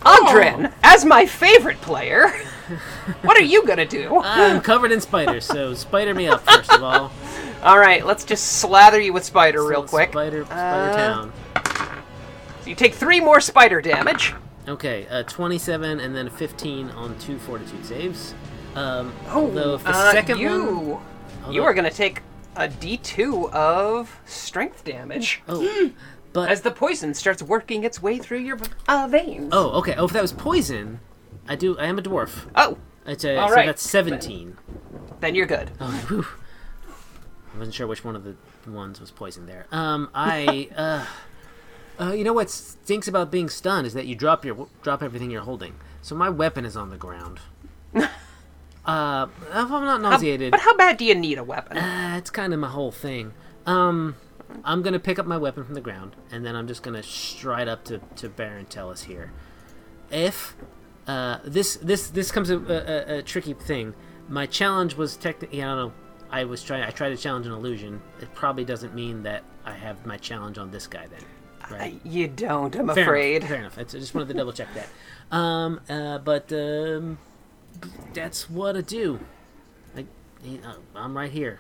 [SPEAKER 2] Andren,
[SPEAKER 6] Oh.
[SPEAKER 2] as my favorite player, (laughs) what are you gonna do?
[SPEAKER 6] Uh,
[SPEAKER 3] I'm covered in
[SPEAKER 2] (laughs)
[SPEAKER 3] spiders, so spider me up first of all.
[SPEAKER 2] all right, let's just slather you with spider (laughs)
[SPEAKER 3] So
[SPEAKER 2] real quick. Uh.
[SPEAKER 3] Spider, spider town.
[SPEAKER 2] So you take three more spider damage.
[SPEAKER 3] Okay, uh, 27 and then 15 on two fortitude saves. Um, although if the
[SPEAKER 2] Uh,
[SPEAKER 3] second
[SPEAKER 2] you,
[SPEAKER 3] one,
[SPEAKER 2] you are gonna take a D2 of strength damage
[SPEAKER 3] Oh, but
[SPEAKER 2] as the poison starts working its way through your uh, veins.
[SPEAKER 3] oh, okay. Oh, if that was poison, I do. I am a dwarf.
[SPEAKER 2] Oh,
[SPEAKER 3] It's a,
[SPEAKER 2] All
[SPEAKER 3] so
[SPEAKER 2] right.
[SPEAKER 3] that's 17.
[SPEAKER 2] Then you're good.
[SPEAKER 3] Oh. I wasn't sure which one of the ones was poison there.
[SPEAKER 2] (laughs)
[SPEAKER 3] Um, I, uh, uh, you know what stinks about being stunned is that you drop your drop everything you're holding. So my weapon is on
[SPEAKER 2] (laughs)
[SPEAKER 3] the ground. uh, if I'm not nauseated,
[SPEAKER 2] But how bad do you need a weapon?
[SPEAKER 3] uh, it's kind of my whole thing. Um, I'm gonna pick up my weapon from the ground, and then I'm just gonna stride up to to Baron Tellus here. If uh, this this this comes a, a, a- a tricky thing. My challenge was technically, I don't know. I was trying. I tried to challenge an illusion. It probably doesn't mean that I have my challenge on this guy then, right?
[SPEAKER 2] Uh, You don't, I'm
[SPEAKER 3] Fair
[SPEAKER 2] afraid.
[SPEAKER 3] Enough, fair enough. That's- I just wanted to double check that. Um, uh, but um, that's what I do. I, you know, I'm right here.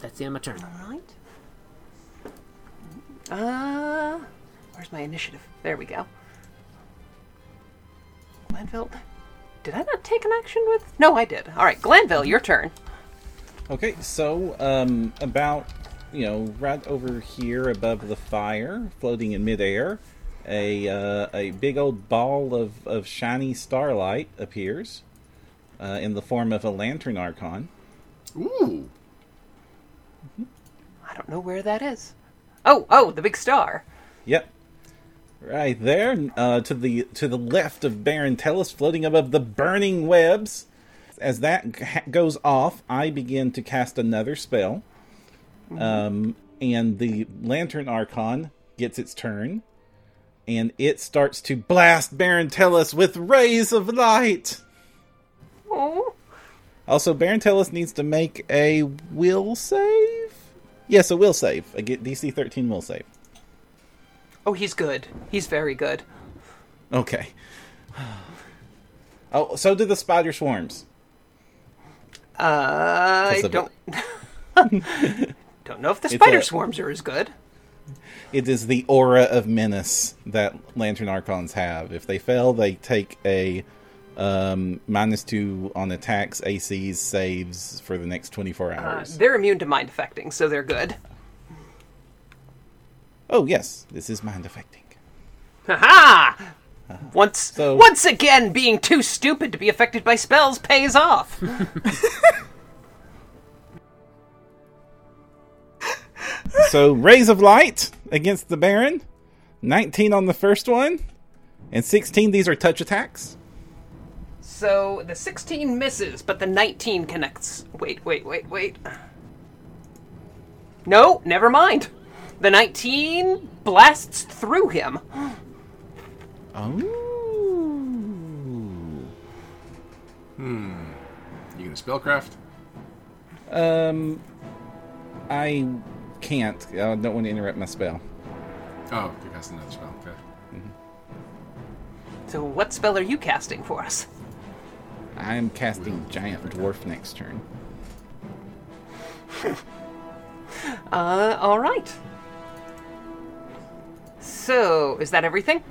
[SPEAKER 3] That's the end of my turn.
[SPEAKER 2] Alright. Uh, where's my initiative? There we go. Glanville, did I not take an action with? No, I did. All right, Glanville, your turn.
[SPEAKER 10] (laughs) Okay, so um, about you know right over here above the fire, floating in midair, a uh, a big old ball of, of shiny starlight appears uh, in the form of a lantern archon.
[SPEAKER 5] Ooh.
[SPEAKER 2] I don't know where that is. Oh, oh, the big star.
[SPEAKER 10] Yep, right there uh, to the to the left of Baron Tellus, floating above the burning webs. As that g- ha- goes off, I begin to cast another spell. Um, and the Lantern Archon gets its turn, and it starts to blast Baron Tellus with rays of light.
[SPEAKER 2] Oh,
[SPEAKER 10] Also, Baron Tellus needs to make a will save. Yes, a will save. A get- DC 13 will save.
[SPEAKER 2] oh, he's good. He's very good.
[SPEAKER 10] Okay. Oh, so do the spider swarms.
[SPEAKER 2] Uh, I
[SPEAKER 10] That's a bit- (laughs)
[SPEAKER 2] don't. don't know if the
[SPEAKER 10] It's
[SPEAKER 2] spider
[SPEAKER 10] a-
[SPEAKER 2] swarms are as good.
[SPEAKER 10] It is the aura of menace that Lantern Archons have. If they fail, they take a um, minus two on attacks, ACs, saves for the next 24
[SPEAKER 2] Uh,
[SPEAKER 10] hours.
[SPEAKER 2] they're immune to mind affecting, so they're good.
[SPEAKER 10] oh, yes, this is mind affecting.
[SPEAKER 2] Ha ha! Once,
[SPEAKER 10] Uh-huh. So-
[SPEAKER 2] once again, being too stupid to be affected by spells pays
[SPEAKER 10] (laughs)
[SPEAKER 2] off.
[SPEAKER 10] So, Rays of Light against the Baron. 19 on the first one, and 16, these are touch attacks.
[SPEAKER 2] So the 16 misses, but the 19 connects. Wait, wait, wait, wait. No, never mind. The 19 blasts through him.
[SPEAKER 10] Oh.
[SPEAKER 5] You gonna spellcraft?
[SPEAKER 10] Um, I can't. I don't want to interrupt my spell.
[SPEAKER 5] Oh, you cast another spell. Okay.
[SPEAKER 2] So what spell are you casting for us?
[SPEAKER 10] I am casting Giant Dwarf next turn.
[SPEAKER 2] Uh, all right. So is that everything?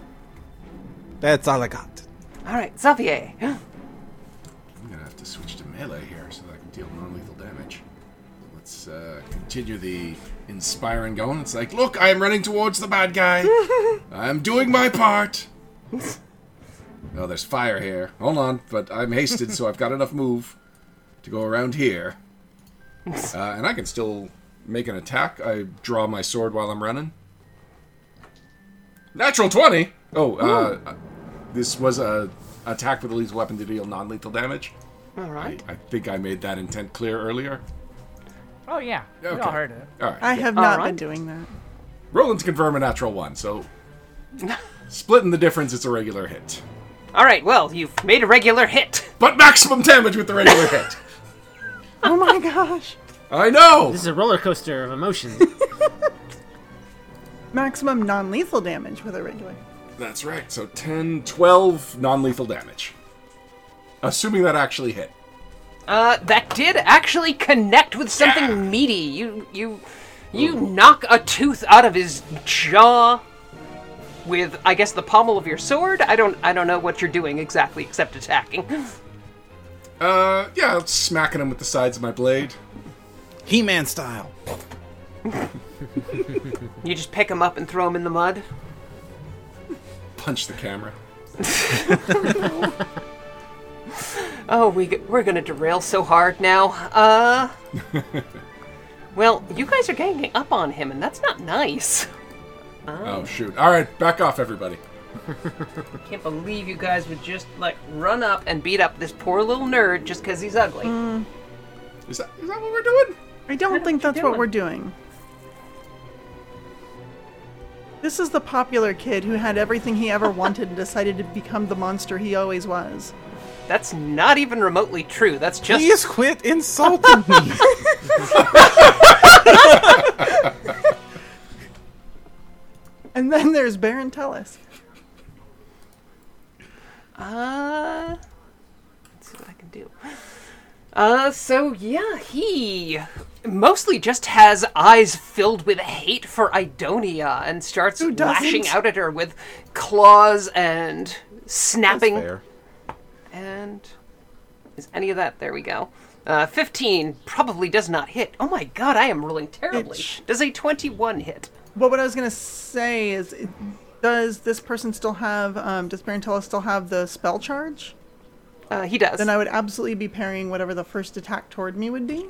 [SPEAKER 10] That's all I got.
[SPEAKER 2] All right, Xavier. (gasps)
[SPEAKER 5] I'm gonna have to switch to melee here so that I can deal non-lethal damage. Let's uh, continue the inspiring going. It's like, look, I am running towards the bad guy. I'm doing my part. Oh, there's fire here. Hold on, but I'm hasted, so I've got enough move to go around here. Uh, and I can still make an attack. I draw my sword while I'm running. Natural 20! Oh, uh, this was a attack with a lethal weapon to deal non lethal damage.
[SPEAKER 2] All right.
[SPEAKER 5] I think I made that intent clear earlier.
[SPEAKER 12] Oh yeah, we
[SPEAKER 5] Okay.
[SPEAKER 12] all heard it.
[SPEAKER 5] All right.
[SPEAKER 7] I have not
[SPEAKER 2] Alright.
[SPEAKER 7] been doing that.
[SPEAKER 5] Roland to confirm a natural one, so splitting the difference, it's a regular hit.
[SPEAKER 2] All right. Well, you've made a regular hit.
[SPEAKER 5] But maximum damage with the regular hit.
[SPEAKER 7] Oh my (laughs) gosh.
[SPEAKER 5] I know.
[SPEAKER 3] This is a roller coaster of emotions.
[SPEAKER 7] Maximum non lethal damage with a regular.
[SPEAKER 5] That's right. So 10, 12 non-lethal damage. Assuming that actually hit.
[SPEAKER 2] Uh, that did actually connect with something meaty. You you you knock a tooth out of his jaw with I guess the pommel of your sword. I don't I don't know what you're doing exactly except attacking. (gasps)
[SPEAKER 5] Uh, yeah, smacking him with the sides of my blade.
[SPEAKER 10] He Man style.
[SPEAKER 2] You just pick him up and throw him in the mud.
[SPEAKER 5] Punch the camera.
[SPEAKER 2] Oh, we, g- we're gonna derail so hard now. Uh. well, you guys are ganging up on him, and that's not nice.
[SPEAKER 5] Oh, shoot. All right, back off, everybody.
[SPEAKER 2] I can't believe you guys would just, like, run up and beat up this poor little nerd just because he's ugly.
[SPEAKER 5] Is that, is that what we're doing?
[SPEAKER 7] I don't think that's what we're doing. This is the popular kid who had everything he ever wanted and decided to become the monster he always was.
[SPEAKER 2] That's not even remotely true. That's just.
[SPEAKER 10] Please quit insulting me.
[SPEAKER 7] And then there's Baron Tellis.
[SPEAKER 2] Uh, let's see what I can do. Uh, so yeah, he mostly just has eyes filled with hate for Idonia and starts
[SPEAKER 7] Who doesn't?
[SPEAKER 2] lashing out at her with claws and snapping.
[SPEAKER 10] Fair.
[SPEAKER 2] And is any of that? There we go. Uh, 15 probably does not hit. Oh my god, I am rolling terribly.
[SPEAKER 7] Itch.
[SPEAKER 2] Does a 21 hit?
[SPEAKER 7] But what I was gonna say is, it- does this person still have? Um, does Baron Tellis still have the spell charge?
[SPEAKER 2] Uh, he does.
[SPEAKER 7] Then I would absolutely be parrying whatever the first attack toward me would be.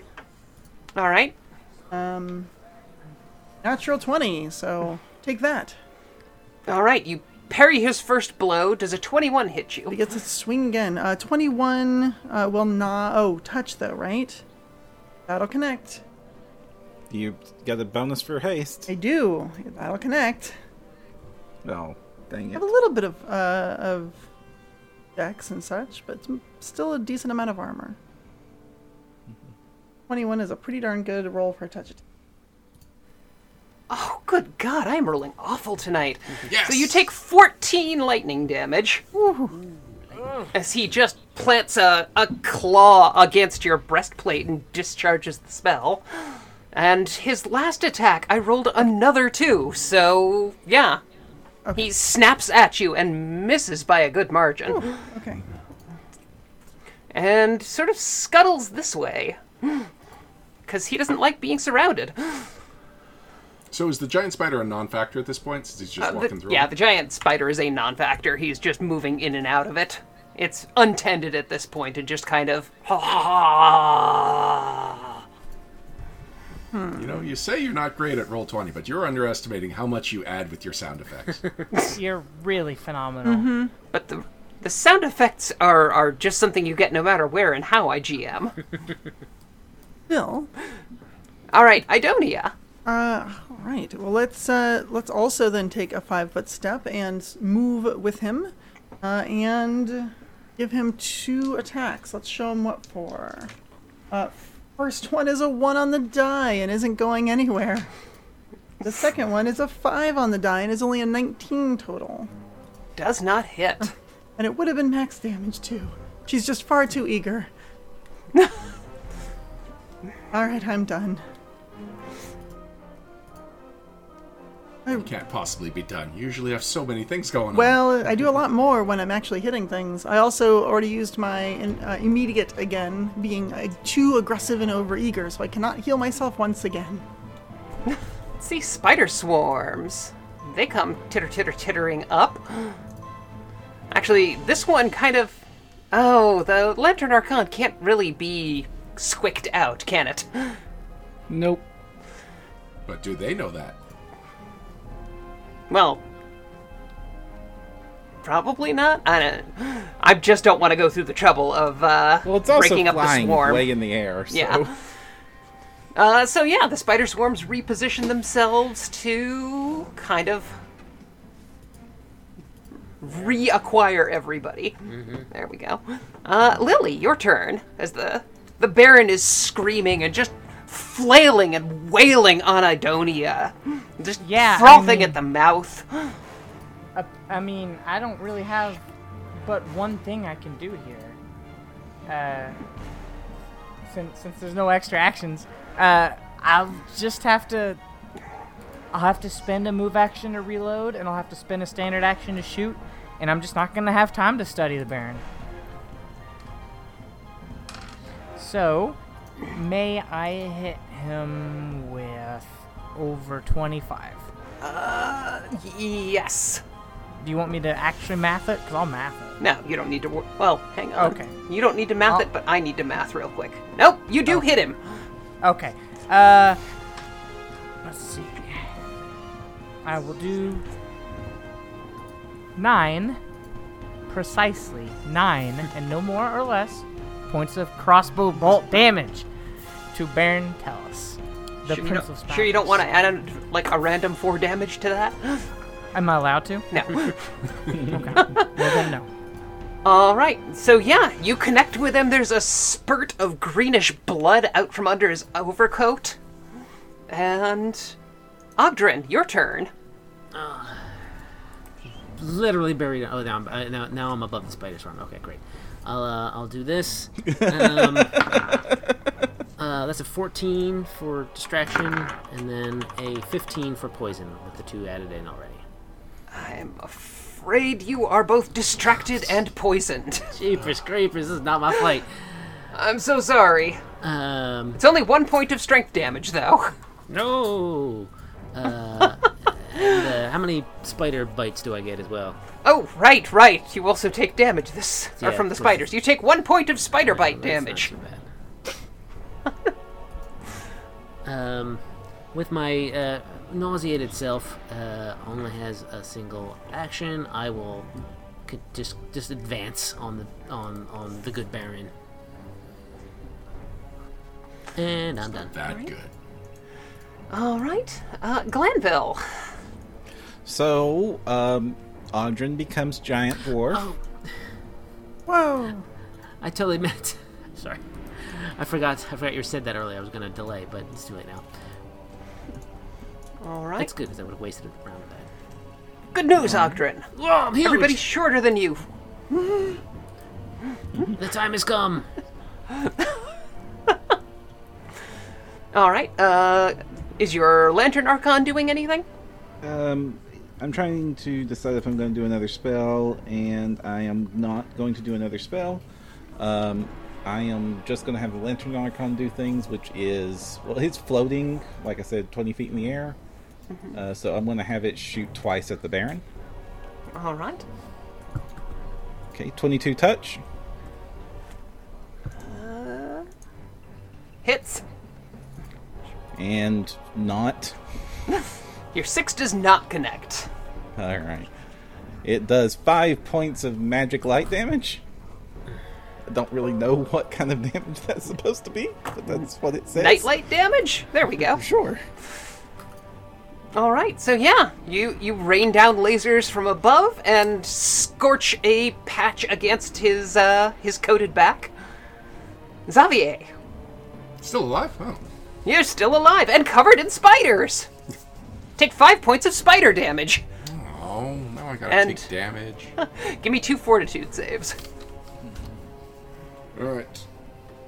[SPEAKER 2] All right.
[SPEAKER 7] Natural twenty, so take that.
[SPEAKER 2] All right, you parry his first blow. Does a 21 hit you?
[SPEAKER 7] He gets a swing again. Uh, 21 uh, will not. Oh, touch though, right? That'll connect.
[SPEAKER 10] You got a bonus for haste.
[SPEAKER 7] I do. That'll connect.
[SPEAKER 10] Oh, dang
[SPEAKER 7] I
[SPEAKER 10] it.
[SPEAKER 7] have a little bit of uh, of decks and such, but it's m- still a decent amount of armor. 21 is a pretty darn good roll for a touch attack.
[SPEAKER 2] Oh, good God, I am rolling awful tonight.
[SPEAKER 5] Yes.
[SPEAKER 2] So you take 14 lightning damage as he just plants a, a claw against your breastplate and discharges the spell. And his last attack, I rolled another two, so yeah. He snaps at you and misses by a good margin
[SPEAKER 7] Okay.
[SPEAKER 2] and sort of scuttles this way because he doesn't like being surrounded.
[SPEAKER 5] So is the giant spider a non-factor at this point, since he's just
[SPEAKER 2] Uh, the-
[SPEAKER 5] walking through?
[SPEAKER 2] yeah, the giant spider is a non-factor. He's just moving in and out of it. It's untended at this point and just kind of.
[SPEAKER 5] You know, you say you're not great at roll twenty, but you're underestimating how much you add with your sound
[SPEAKER 2] (laughs)
[SPEAKER 5] effects.
[SPEAKER 12] You're really phenomenal.
[SPEAKER 3] Mm-hmm.
[SPEAKER 2] But the the sound effects are are just something you get no matter where and how I GM.
[SPEAKER 7] Bill.
[SPEAKER 2] All right, Idonia.
[SPEAKER 7] Uh, all right. Well, let's uh, let's also then take a five foot step and s- move with him, uh, and give him two attacks. Let's show him what for. Uh, first one is a one on the die and isn't going anywhere. The second one is a five on the die and is only a nineteen total,
[SPEAKER 2] Does not hit.
[SPEAKER 7] and it would have been max damage too. She's just far too eager. (laughs) all right, I'm done.
[SPEAKER 5] you can't possibly be done. You usually have so many things going on.
[SPEAKER 7] Well, I do a lot more when I'm actually hitting things. I also already used my in- uh, immediate again, being uh, too aggressive and overeager, so I cannot heal myself once again.
[SPEAKER 2] See spider swarms. They come titter titter tittering up. (gasps) Actually, this one kind of. Oh, the lantern archon can't really be squicked out, can it?
[SPEAKER 10] Nope.
[SPEAKER 5] But do they know that?
[SPEAKER 2] Well, probably not. I don't. I just don't want to go through the trouble of uh,
[SPEAKER 10] Well, it's also
[SPEAKER 2] breaking up the
[SPEAKER 10] flying
[SPEAKER 2] swarm.
[SPEAKER 10] way in the air. So.
[SPEAKER 2] Yeah. Uh, so yeah, the spider swarms reposition themselves to kind of reacquire everybody. There we go. Uh, Lily, your turn. As the the Baron is screaming and just flailing and wailing on Idonia, just
[SPEAKER 12] Yeah, I
[SPEAKER 2] frothing
[SPEAKER 12] mean-
[SPEAKER 2] at the mouth.
[SPEAKER 12] Uh, I mean, I don't really have but one thing I can do here. Uh, since since there's no extra actions, uh, I'll just have to. I'll have to spend a move action to reload, and I'll have to spend a standard action to shoot, and I'm just not gonna have time to study the Baron. So, may I hit him with over 25?
[SPEAKER 2] Yes.
[SPEAKER 6] Do you want me to actually math it? Because I'll math it.
[SPEAKER 2] No, you don't need to. Wor- well, hang on.
[SPEAKER 6] Okay.
[SPEAKER 2] You don't need to math it, but I need to math real quick. Nope, you
[SPEAKER 6] Oh.
[SPEAKER 2] do hit him.
[SPEAKER 6] Okay. Uh, let's see. I will do nine, precisely nine, and no more or less points of crossbow bolt damage to Baron Tellus, the
[SPEAKER 2] sure,
[SPEAKER 6] Prince
[SPEAKER 2] you
[SPEAKER 6] of
[SPEAKER 2] don't,
[SPEAKER 6] Spiders.
[SPEAKER 2] sure you don't want to add an, like a random four damage to
[SPEAKER 6] (gasps)
[SPEAKER 2] that?
[SPEAKER 6] Am I allowed to?
[SPEAKER 2] (laughs) No.
[SPEAKER 6] okay. Well then, no.
[SPEAKER 2] All right, so yeah, you connect with him. There's a spurt of greenish blood out from under his overcoat, and Ogdrin, your turn.
[SPEAKER 3] literally buried. Oh, now I'm, uh, now, now I'm above the spider swarm. Okay, great. I'll uh, I'll do this. Um, uh, that's a 14 for distraction, and then a 15 for poison with the two added in already.
[SPEAKER 2] I'm afraid you are both distracted and poisoned. (laughs)
[SPEAKER 3] Jeepers creepers, this is not my fight.
[SPEAKER 2] I'm so sorry.
[SPEAKER 3] Um,
[SPEAKER 2] It's only one point of strength damage, though.
[SPEAKER 3] no. Uh, and, uh, how many spider bites do I get as well?
[SPEAKER 2] Oh, right, right. You also take damage. This or
[SPEAKER 3] Yeah,
[SPEAKER 2] from the
[SPEAKER 3] that's-
[SPEAKER 2] spiders. You take one point of spider bite
[SPEAKER 3] That's not
[SPEAKER 2] damage.
[SPEAKER 3] too bad. um, with my uh, nauseated self, uh, only has a single action. I will could just just advance on the on on the good baron. And I'm done.
[SPEAKER 1] That good.
[SPEAKER 2] All right, uh, Glanville.
[SPEAKER 10] So, (laughs) um, Ogdrin becomes giant dwarf.
[SPEAKER 7] Whoa.
[SPEAKER 3] I totally (laughs) meant. Sorry, I forgot. I forgot you said that earlier. I was gonna delay, but it's too late now.
[SPEAKER 2] All right.
[SPEAKER 3] That's good because I would have wasted a round of that.
[SPEAKER 2] Good news, Ogdrin.
[SPEAKER 3] Whoa, I'm huge.
[SPEAKER 2] Everybody's shorter than you.
[SPEAKER 3] the time has come.
[SPEAKER 2] All right. Uh, is your lantern archon doing anything?
[SPEAKER 10] Um, I'm trying to decide if I'm going to do another spell, and I am not going to do another spell. Um, I am just going to have the Lantern Archon do things, which is well, it's floating, like I said, 20 feet in the air. Uh, so I'm going to have it shoot twice at the Baron.
[SPEAKER 2] All right.
[SPEAKER 10] Okay, 22 touch.
[SPEAKER 2] Hits.
[SPEAKER 10] and not.
[SPEAKER 2] Your six does not connect.
[SPEAKER 10] All right. It does five points of magic light damage. I don't really know what kind of (laughs) damage that's supposed to be, but that's what it says.
[SPEAKER 2] Nightlight damage. There we
[SPEAKER 10] (laughs)
[SPEAKER 2] go.
[SPEAKER 10] Sure.
[SPEAKER 2] All right. So yeah, you you rain down lasers from above and scorch a patch against his uh his coated back. Xavier,
[SPEAKER 5] Still alive? Oh.
[SPEAKER 2] you're still alive and covered in spiders. Take five points of spider damage.
[SPEAKER 5] Oh, now I gotta
[SPEAKER 2] And-
[SPEAKER 5] take
[SPEAKER 2] (laughs)
[SPEAKER 5] damage.
[SPEAKER 2] Give me two fortitude saves.
[SPEAKER 5] Alright.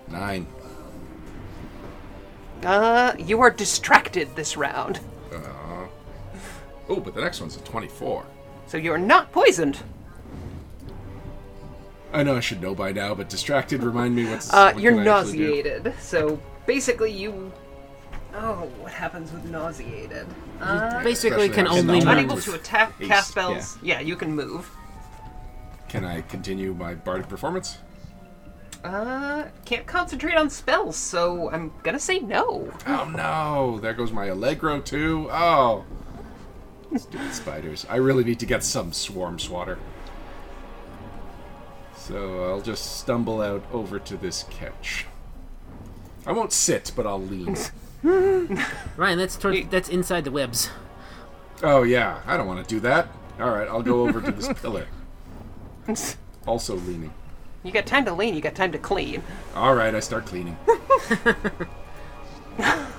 [SPEAKER 5] Nine.
[SPEAKER 2] Uh, you are distracted this round,
[SPEAKER 5] Uh, oh, but the next one's a 24.
[SPEAKER 2] so you're not poisoned.
[SPEAKER 5] I know I should know by now, but distracted, remind me what's.
[SPEAKER 2] Uh,
[SPEAKER 5] what
[SPEAKER 2] you're
[SPEAKER 5] can I actually do?
[SPEAKER 2] nauseated. So basically, you. Oh, what happens with nauseated? Uh,
[SPEAKER 3] Basically, can
[SPEAKER 5] Especially
[SPEAKER 3] only
[SPEAKER 5] after
[SPEAKER 3] move.
[SPEAKER 5] that.
[SPEAKER 2] unable to attack,
[SPEAKER 5] Haste,
[SPEAKER 2] cast spells. Yeah. you can move.
[SPEAKER 5] Can I continue my bardic performance?
[SPEAKER 2] Uh, can't concentrate on spells, so I'm gonna say no.
[SPEAKER 5] Oh no, there goes my Allegro too. Oh. Stupid spiders. I really need to get some swarm swatter. So I'll just stumble out over to this couch. I won't sit, but I'll lean.
[SPEAKER 3] Ryan, that's toward, that's inside the webs.
[SPEAKER 5] oh yeah, I don't want to do that. Alright, I'll go over to this pillar. Also leaning.
[SPEAKER 2] You got time to lean, you got time to clean.
[SPEAKER 5] Alright, I start cleaning.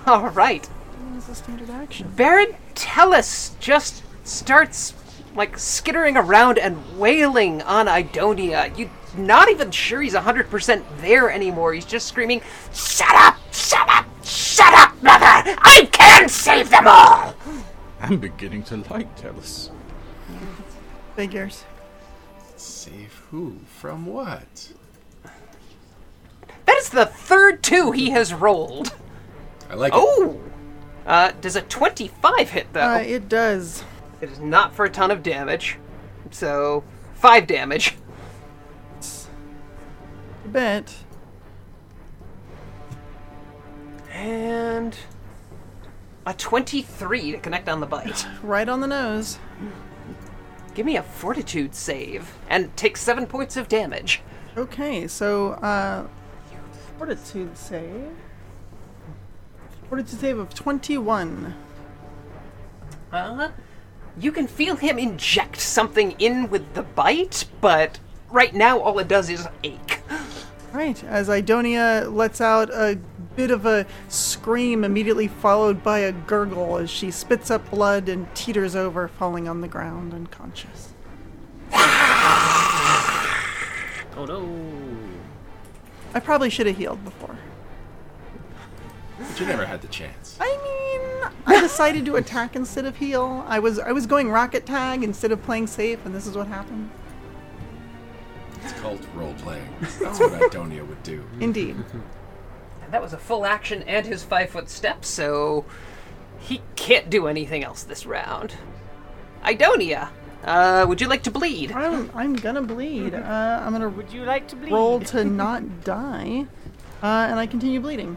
[SPEAKER 2] Alright.
[SPEAKER 7] It's a standard action.
[SPEAKER 2] Baron Tellus just starts like skittering around and wailing on Idonia. You not even sure he's 100% there anymore. He's just screaming,
[SPEAKER 9] Shut up! Shut up! Shut up, mother! I can save them all!
[SPEAKER 4] I'm beginning to like Tellus.
[SPEAKER 7] Figures.
[SPEAKER 5] Save who? From what?
[SPEAKER 2] That is the third two he has rolled.
[SPEAKER 5] I like it.
[SPEAKER 2] Oh! Uh, does a 25 hit, though?
[SPEAKER 7] Uh, it does.
[SPEAKER 2] It is not for a ton of damage. so five damage.
[SPEAKER 7] I bet.
[SPEAKER 2] And a 23 to connect on the bite.
[SPEAKER 7] Right on the nose.
[SPEAKER 2] Give me a fortitude save and take seven points of damage.
[SPEAKER 7] Okay, so uh, fortitude save. Fortitude save of 21.
[SPEAKER 2] Uh, you can feel him inject something in with the bite, but right now all it does is ache.
[SPEAKER 7] Right, as Idonia lets out a bit of a scream, immediately followed by a gurgle as she spits up blood and teeters over, falling on the ground unconscious.
[SPEAKER 3] Oh no.
[SPEAKER 7] I probably should have healed before.
[SPEAKER 5] But you never had the chance.
[SPEAKER 7] I mean,
[SPEAKER 12] (laughs)
[SPEAKER 7] I decided to attack instead of heal. I was I was going rocket tag instead of playing safe, and this is what happened.
[SPEAKER 5] It's called role playing. That's what Idonia would do.
[SPEAKER 12] (laughs)
[SPEAKER 7] Indeed.
[SPEAKER 2] And that was a full action and his five foot step, so he can't do anything else this round. Idonia, uh, would you like to bleed?
[SPEAKER 7] I'm, I'm gonna bleed. Uh, I'm gonna
[SPEAKER 12] Would you like to bleed?
[SPEAKER 7] roll to not die, uh, and I continue bleeding.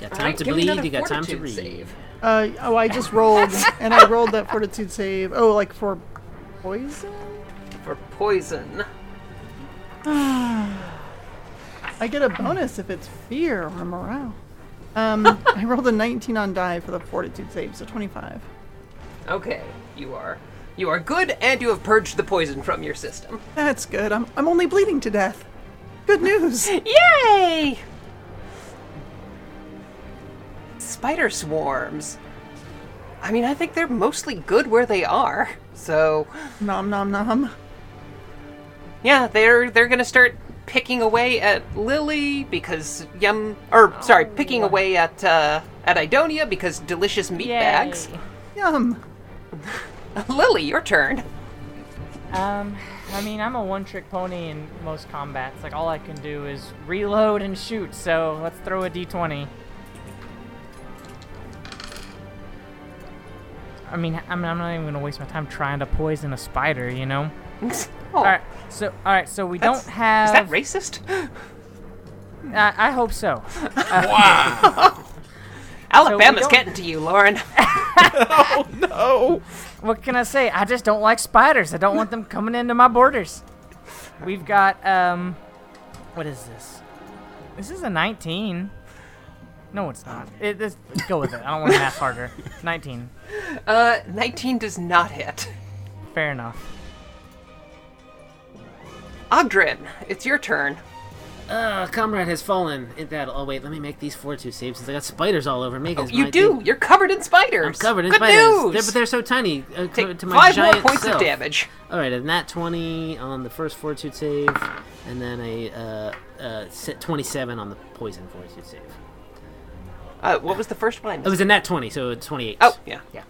[SPEAKER 3] You got
[SPEAKER 2] All
[SPEAKER 3] time
[SPEAKER 2] right,
[SPEAKER 3] to
[SPEAKER 2] give me
[SPEAKER 3] bleed,
[SPEAKER 2] another
[SPEAKER 3] you got time to
[SPEAKER 2] fortitude
[SPEAKER 3] read.
[SPEAKER 2] save.
[SPEAKER 7] Uh, oh, I just rolled, and I rolled that fortitude save. Oh, like for poison?
[SPEAKER 2] For poison.
[SPEAKER 7] I get a bonus if it's fear or morale. Um, I rolled a 19 on die for the fortitude save, so 25.
[SPEAKER 2] Okay, you are. You are good, and you have purged the poison from your system.
[SPEAKER 7] That's good. I'm, I'm only bleeding to death. Good news.
[SPEAKER 2] Yay! Spider swarms. I mean, I think they're mostly good where they are. So,
[SPEAKER 7] nom nom nom.
[SPEAKER 2] yeah, they're they're gonna start picking away at Lily because yum, or sorry, picking away at uh, at Idonia because delicious meat bags.
[SPEAKER 12] Oh.
[SPEAKER 2] (laughs)
[SPEAKER 12] Yay.
[SPEAKER 7] Yum.
[SPEAKER 2] Lily, your turn.
[SPEAKER 12] Um, I mean, I'm a one-trick pony in most combats. Like all I can do is reload and shoot. So let's throw a d20. I mean, I mean, I'm not even gonna waste my time trying to poison a spider. You know.
[SPEAKER 2] (laughs) Oh,
[SPEAKER 12] All right. So, all right. So we
[SPEAKER 2] that's-
[SPEAKER 12] don't have.
[SPEAKER 2] Is that racist?
[SPEAKER 12] I, I hope so.
[SPEAKER 2] Alabama's
[SPEAKER 12] don't-
[SPEAKER 2] getting to you, Lauren. (laughs)
[SPEAKER 12] What can I say? I just don't like spiders. I don't want them coming into my borders. We've got um, what is this? This is a 19. No, it's not. It, this, go with it. I don't want to math harder. (laughs) 19.
[SPEAKER 2] Uh, 19 does not hit.
[SPEAKER 12] Fair enough. (laughs)
[SPEAKER 2] Ogdrin, it's your turn.
[SPEAKER 3] Uh, comrade has fallen in battle. Oh wait, let me make these fortitude saves since I got spiders all over. Make oh,
[SPEAKER 2] You do. You're covered in spiders.
[SPEAKER 3] I'm covered in
[SPEAKER 2] Good
[SPEAKER 3] spiders. They're,
[SPEAKER 2] News.
[SPEAKER 3] but they're so tiny. Uh, co-
[SPEAKER 2] Take
[SPEAKER 3] to my
[SPEAKER 2] five more
[SPEAKER 3] giant
[SPEAKER 2] points
[SPEAKER 3] self.
[SPEAKER 2] of damage.
[SPEAKER 3] All right, and that 20 on the first fortitude save, and then a uh, uh, se- 27 on the poison fortitude save.
[SPEAKER 2] Uh, what was the first one?
[SPEAKER 3] It was a nat 20, so 28.
[SPEAKER 2] Oh yeah.
[SPEAKER 3] Oh, yeah.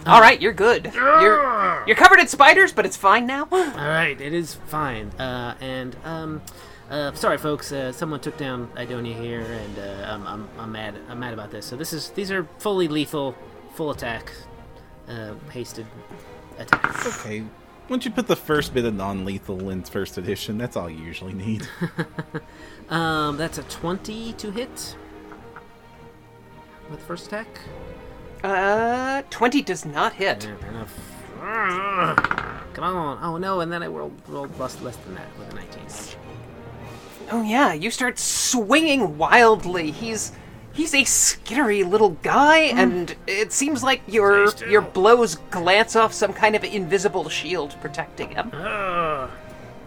[SPEAKER 3] Um,
[SPEAKER 2] All right, you're good. You're you're covered in spiders, but it's fine now. (gasps)
[SPEAKER 3] All right, it is fine. Uh, and um, uh, sorry, folks. Uh, someone took down Idonia here, and uh, I'm, I'm, I'm mad. I'm mad about this. So this is these are fully lethal, full attack, uh, hasted attacks.
[SPEAKER 10] Okay. Once you put the first bit of non lethal in first edition, that's all you usually need.
[SPEAKER 3] Um, that's a 20 to hit with first attack.
[SPEAKER 2] Uh, twenty does not hit.
[SPEAKER 3] Fair enough. Come on! Oh no! And then I rolled, rolled less, less than that with a 19.
[SPEAKER 2] Oh yeah, you start swinging wildly. He's he's a skittery little guy,
[SPEAKER 3] Hmm.
[SPEAKER 2] and it seems like your your blows glance off some kind of invisible shield protecting him.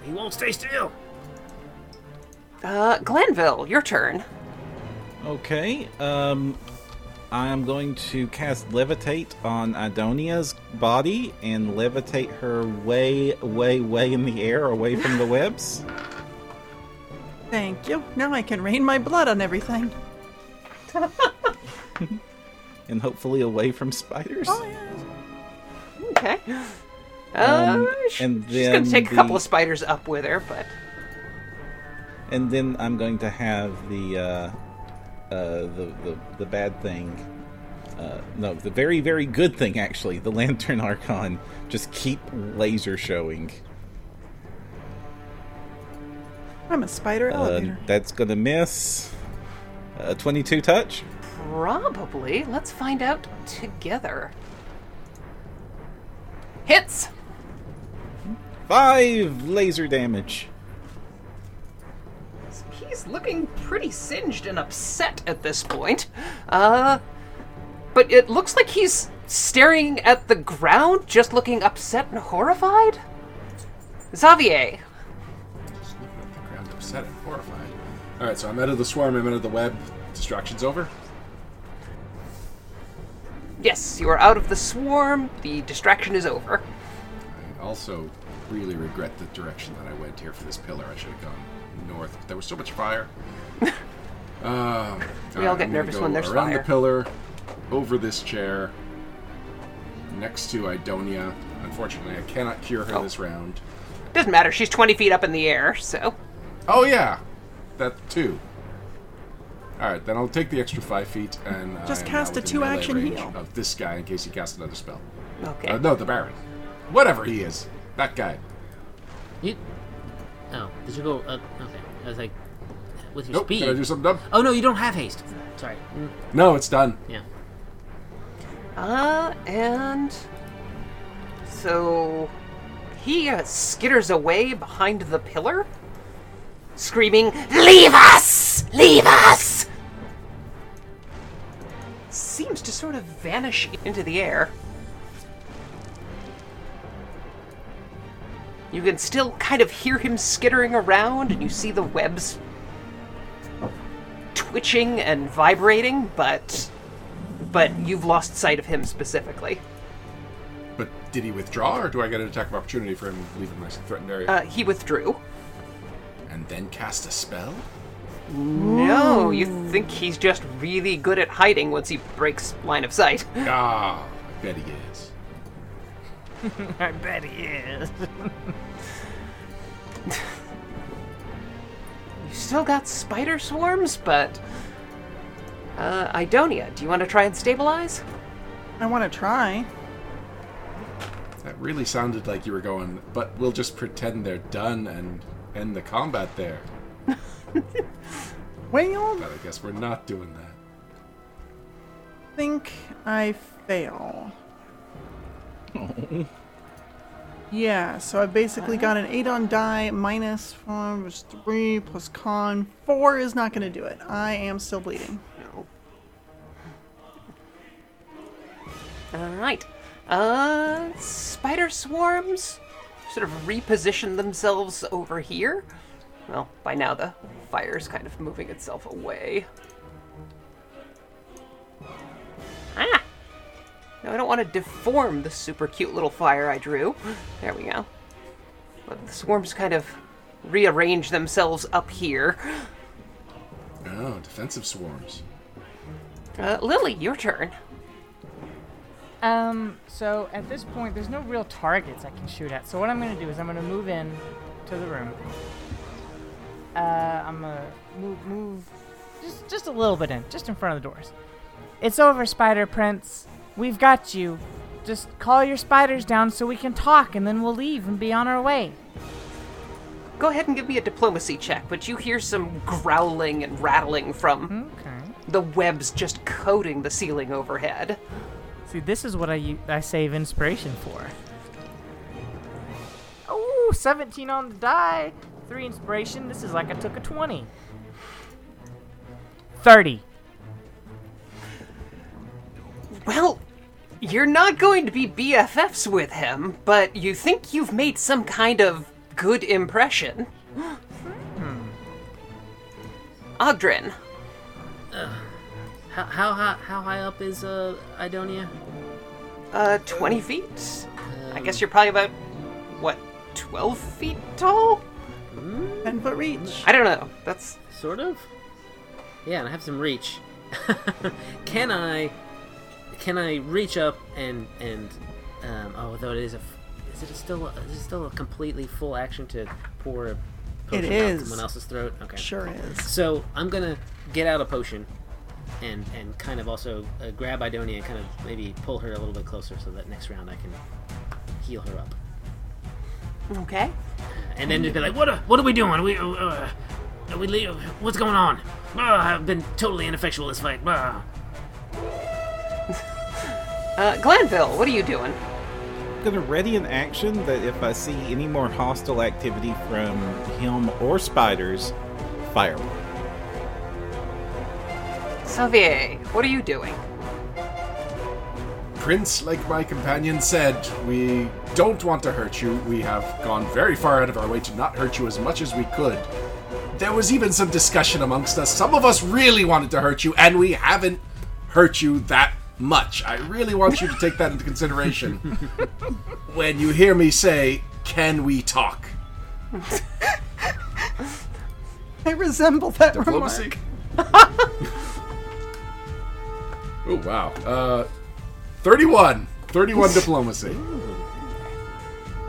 [SPEAKER 3] He won't stay still.
[SPEAKER 2] Uh, Glenville, your turn.
[SPEAKER 10] Okay. Um, I'm going to cast Levitate on Idonia's body and levitate her way, way, way in the air away from the webs.
[SPEAKER 7] Thank you. Now I can rain my blood on everything.
[SPEAKER 10] And hopefully away from spiders.
[SPEAKER 7] Oh,
[SPEAKER 2] Okay. (gasps) Uh,
[SPEAKER 10] Um,
[SPEAKER 2] sh-
[SPEAKER 10] and
[SPEAKER 2] she's gonna
[SPEAKER 10] then
[SPEAKER 2] take a couple
[SPEAKER 10] the-
[SPEAKER 2] of spiders up with her, but
[SPEAKER 10] And then I'm going to have the uh, uh, the, the the bad thing Uh, no, the very, very good thing, actually. The Lantern Archon. Just keep laser showing.
[SPEAKER 7] I'm a spider
[SPEAKER 10] Uh,
[SPEAKER 7] elevator.
[SPEAKER 10] that's going to miss. Uh, 22 touch.
[SPEAKER 2] Probably. Let's find out together. Hits!
[SPEAKER 10] Five laser damage.
[SPEAKER 2] He's looking pretty singed and upset at this point. Uh, but it looks like he's staring at the ground, just looking upset and horrified. Xavier,
[SPEAKER 5] Ground upset and horrified. All right, so I'm out of the swarm. I'm out of the web. Distraction's over.
[SPEAKER 2] yes, you are out of the swarm. The distraction is over.
[SPEAKER 5] I also really regret the direction that I went here for this pillar. I should have gone north. There was so much fire.
[SPEAKER 2] (laughs)
[SPEAKER 5] um,
[SPEAKER 2] We all
[SPEAKER 5] alright,
[SPEAKER 2] get
[SPEAKER 5] I'm gonna
[SPEAKER 2] nervous
[SPEAKER 5] go
[SPEAKER 2] when there's
[SPEAKER 5] around
[SPEAKER 2] fire.
[SPEAKER 5] the pillar, over this chair, next to Idonia. Unfortunately, I cannot cure
[SPEAKER 2] Oh.
[SPEAKER 5] her this round.
[SPEAKER 2] Doesn't matter, she's 20 feet up in the air, so.
[SPEAKER 5] Oh yeah, that too. All right, then I'll take the extra five feet and I
[SPEAKER 7] Just
[SPEAKER 5] am
[SPEAKER 7] cast
[SPEAKER 5] now
[SPEAKER 7] a
[SPEAKER 5] within
[SPEAKER 7] two-action
[SPEAKER 5] melee range
[SPEAKER 7] heal.
[SPEAKER 5] of this guy in case he casts another spell.
[SPEAKER 2] Okay.
[SPEAKER 5] Uh, no, the Baron, whatever he is, that guy.
[SPEAKER 3] You. Oh, did you go? Uh, okay, I was like, with your
[SPEAKER 5] Nope,
[SPEAKER 3] speed.
[SPEAKER 5] did I do something dumb?
[SPEAKER 3] Oh no, you don't have haste. Sorry. Mm,
[SPEAKER 5] No, it's done.
[SPEAKER 3] Yeah.
[SPEAKER 2] Uh, and so he uh, skitters away behind the pillar, screaming, "Leave us! Leave us!" Seems to sort of vanish into the air. You can still kind of hear him skittering around, and you see the webs twitching and vibrating, but but you've lost sight of him specifically.
[SPEAKER 5] But did he withdraw, or do I get an attack of opportunity for him leaving my threatened area?
[SPEAKER 2] Uh, he withdrew.
[SPEAKER 7] Uh,
[SPEAKER 5] and then cast a spell?
[SPEAKER 2] No, you think he's just really good at hiding once he breaks line of sight.
[SPEAKER 5] Ah, I bet he is.
[SPEAKER 12] I bet he is.
[SPEAKER 2] You still got spider swarms, but. Uh, Idonia, do you want to try and stabilize?
[SPEAKER 7] I want to try.
[SPEAKER 5] That really sounded like you were going, but we'll just pretend they're done and end the combat there.
[SPEAKER 7] Well,
[SPEAKER 5] But I guess we're not doing that.
[SPEAKER 7] I think I fail. Yeah, so I basically got an 8 on die, minus 4 was 3, plus con. 4 is not going to do it. I am still bleeding.
[SPEAKER 2] No. Alright. Uh, spider swarms sort of reposition themselves over here. Well, by now the fire's kind of moving itself away. Ah! No, I don't want to deform the super cute little fire I drew. There we go. But the swarms kind of rearrange themselves up here.
[SPEAKER 5] Oh, defensive swarms.
[SPEAKER 2] Uh, Lily, your turn.
[SPEAKER 12] Um, so at this point, there's no real targets I can shoot at. So what I'm gonna do is I'm gonna move in to the room. Uh, I'm gonna move, move, just just a little bit in, just in front of the doors. It's over, Spider Prince. We've got you. Just call your spiders down so we can talk, and then we'll leave and be on our way.
[SPEAKER 2] Go ahead and give me a diplomacy check, but you hear some growling and rattling from
[SPEAKER 12] Okay.
[SPEAKER 2] the webs just coating the ceiling overhead.
[SPEAKER 12] See, this is what I u- I save inspiration for. Oh, 17 on the die. Three inspiration. This is like I took a 20. 30.
[SPEAKER 2] Well, you're not going to be BFFs with him, but you think you've made some kind of good impression. Ogdrin,
[SPEAKER 3] How how high how high up is uh Idonia?
[SPEAKER 2] uh, 20 feet? I guess you're probably about, what, 12 feet tall?
[SPEAKER 7] 10 foot reach.
[SPEAKER 2] I don't know. That's.
[SPEAKER 3] Sort of. Yeah, and I have some reach. (laughs) can I? Can I reach up and and? Um, oh, though it is a. f- Is it still? A, is it still a completely full action to pour a potion out
[SPEAKER 7] is.
[SPEAKER 3] someone else's throat? Okay.
[SPEAKER 7] Sure is.
[SPEAKER 3] So I'm gonna get out a potion, and and kind of also uh, grab Idonia and kind of maybe pull her a little bit closer so that next round I can heal her up.
[SPEAKER 2] Okay.
[SPEAKER 3] And then just be like, what are, what are we doing? Are we uh, uh, are we leave? What's going on? Uh, I've been totally ineffectual this fight. Uh.
[SPEAKER 2] Uh, Glanville, what are you doing?
[SPEAKER 10] I'm gonna ready an action that if I see any more hostile activity from him or spiders, fire.
[SPEAKER 2] Xavier, what are you doing?
[SPEAKER 5] Prince, like my companion said, we don't want to hurt you. We have gone very far out of our way to not hurt you as much as we could. There was even some discussion amongst us. Some of us really wanted to hurt you, and we haven't hurt you that much. I really want you to take that into consideration when you hear me say, Can we talk?
[SPEAKER 7] (laughs) I resemble that (laughs)
[SPEAKER 5] Diplomacy. Oh, wow. Uh, 31. 31 diplomacy.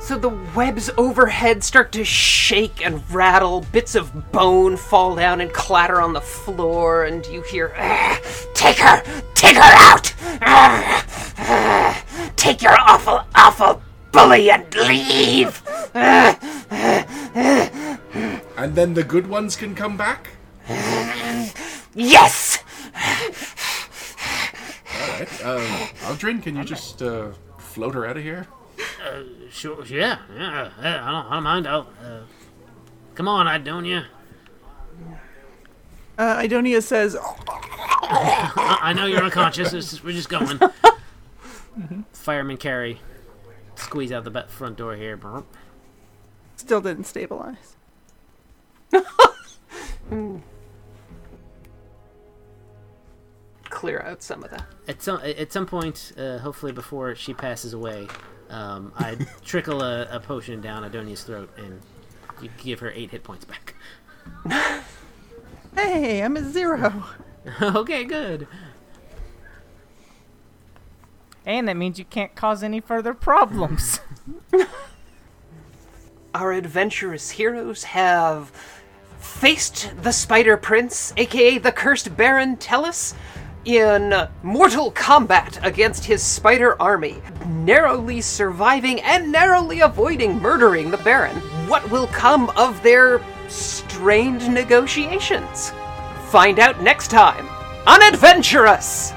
[SPEAKER 2] So the webs overhead start to shake and rattle, bits of bone fall down and clatter on the floor, and you hear, "Ah, Take her! Take her out! Ah, ah, take your awful, awful bully and leave! Ah, ah, ah."
[SPEAKER 5] And then the good ones can come back?
[SPEAKER 2] yes!
[SPEAKER 5] Alright. Um, Aldrin, can you just uh, float her out of here?
[SPEAKER 3] Uh, sure, yeah, yeah, yeah, I don't, I don't mind. I'll, uh, come on, Idonia.
[SPEAKER 7] Uh, Idonia says, "Oh,
[SPEAKER 3] I, I know you're unconscious. It's just- we're just going. Fireman carry. Squeeze out the back front door here. Brrp.
[SPEAKER 7] still didn't stabilize.
[SPEAKER 2] Clear out some of that.
[SPEAKER 3] At some at some point, uh, hopefully before she passes away, um, I trickle a, a potion down Idonia's throat and you give her eight hit points back. (laughs)
[SPEAKER 7] Hey, I'm at zero.
[SPEAKER 3] okay, good.
[SPEAKER 12] And that means you can't cause any further problems. (laughs)
[SPEAKER 2] Our adventurous heroes have faced the Spider Prince, aka the cursed Baron Tellus, in mortal combat against his spider army, narrowly surviving and narrowly avoiding murdering the Baron. What will come of their strained negotiations? Find out next time on Adventurous!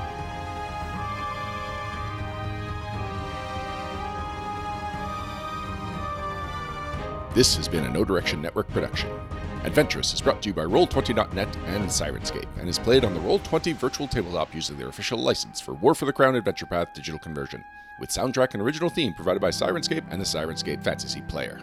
[SPEAKER 1] This has been a No Direction Network production. Adventurous is brought to you by Roll20.net and Sirenscape, and is played on the Roll20 virtual tabletop using their official license for War for the Crown Adventure Path digital conversion, with soundtrack and original theme provided by Sirenscape and the Sirenscape Fantasy Player.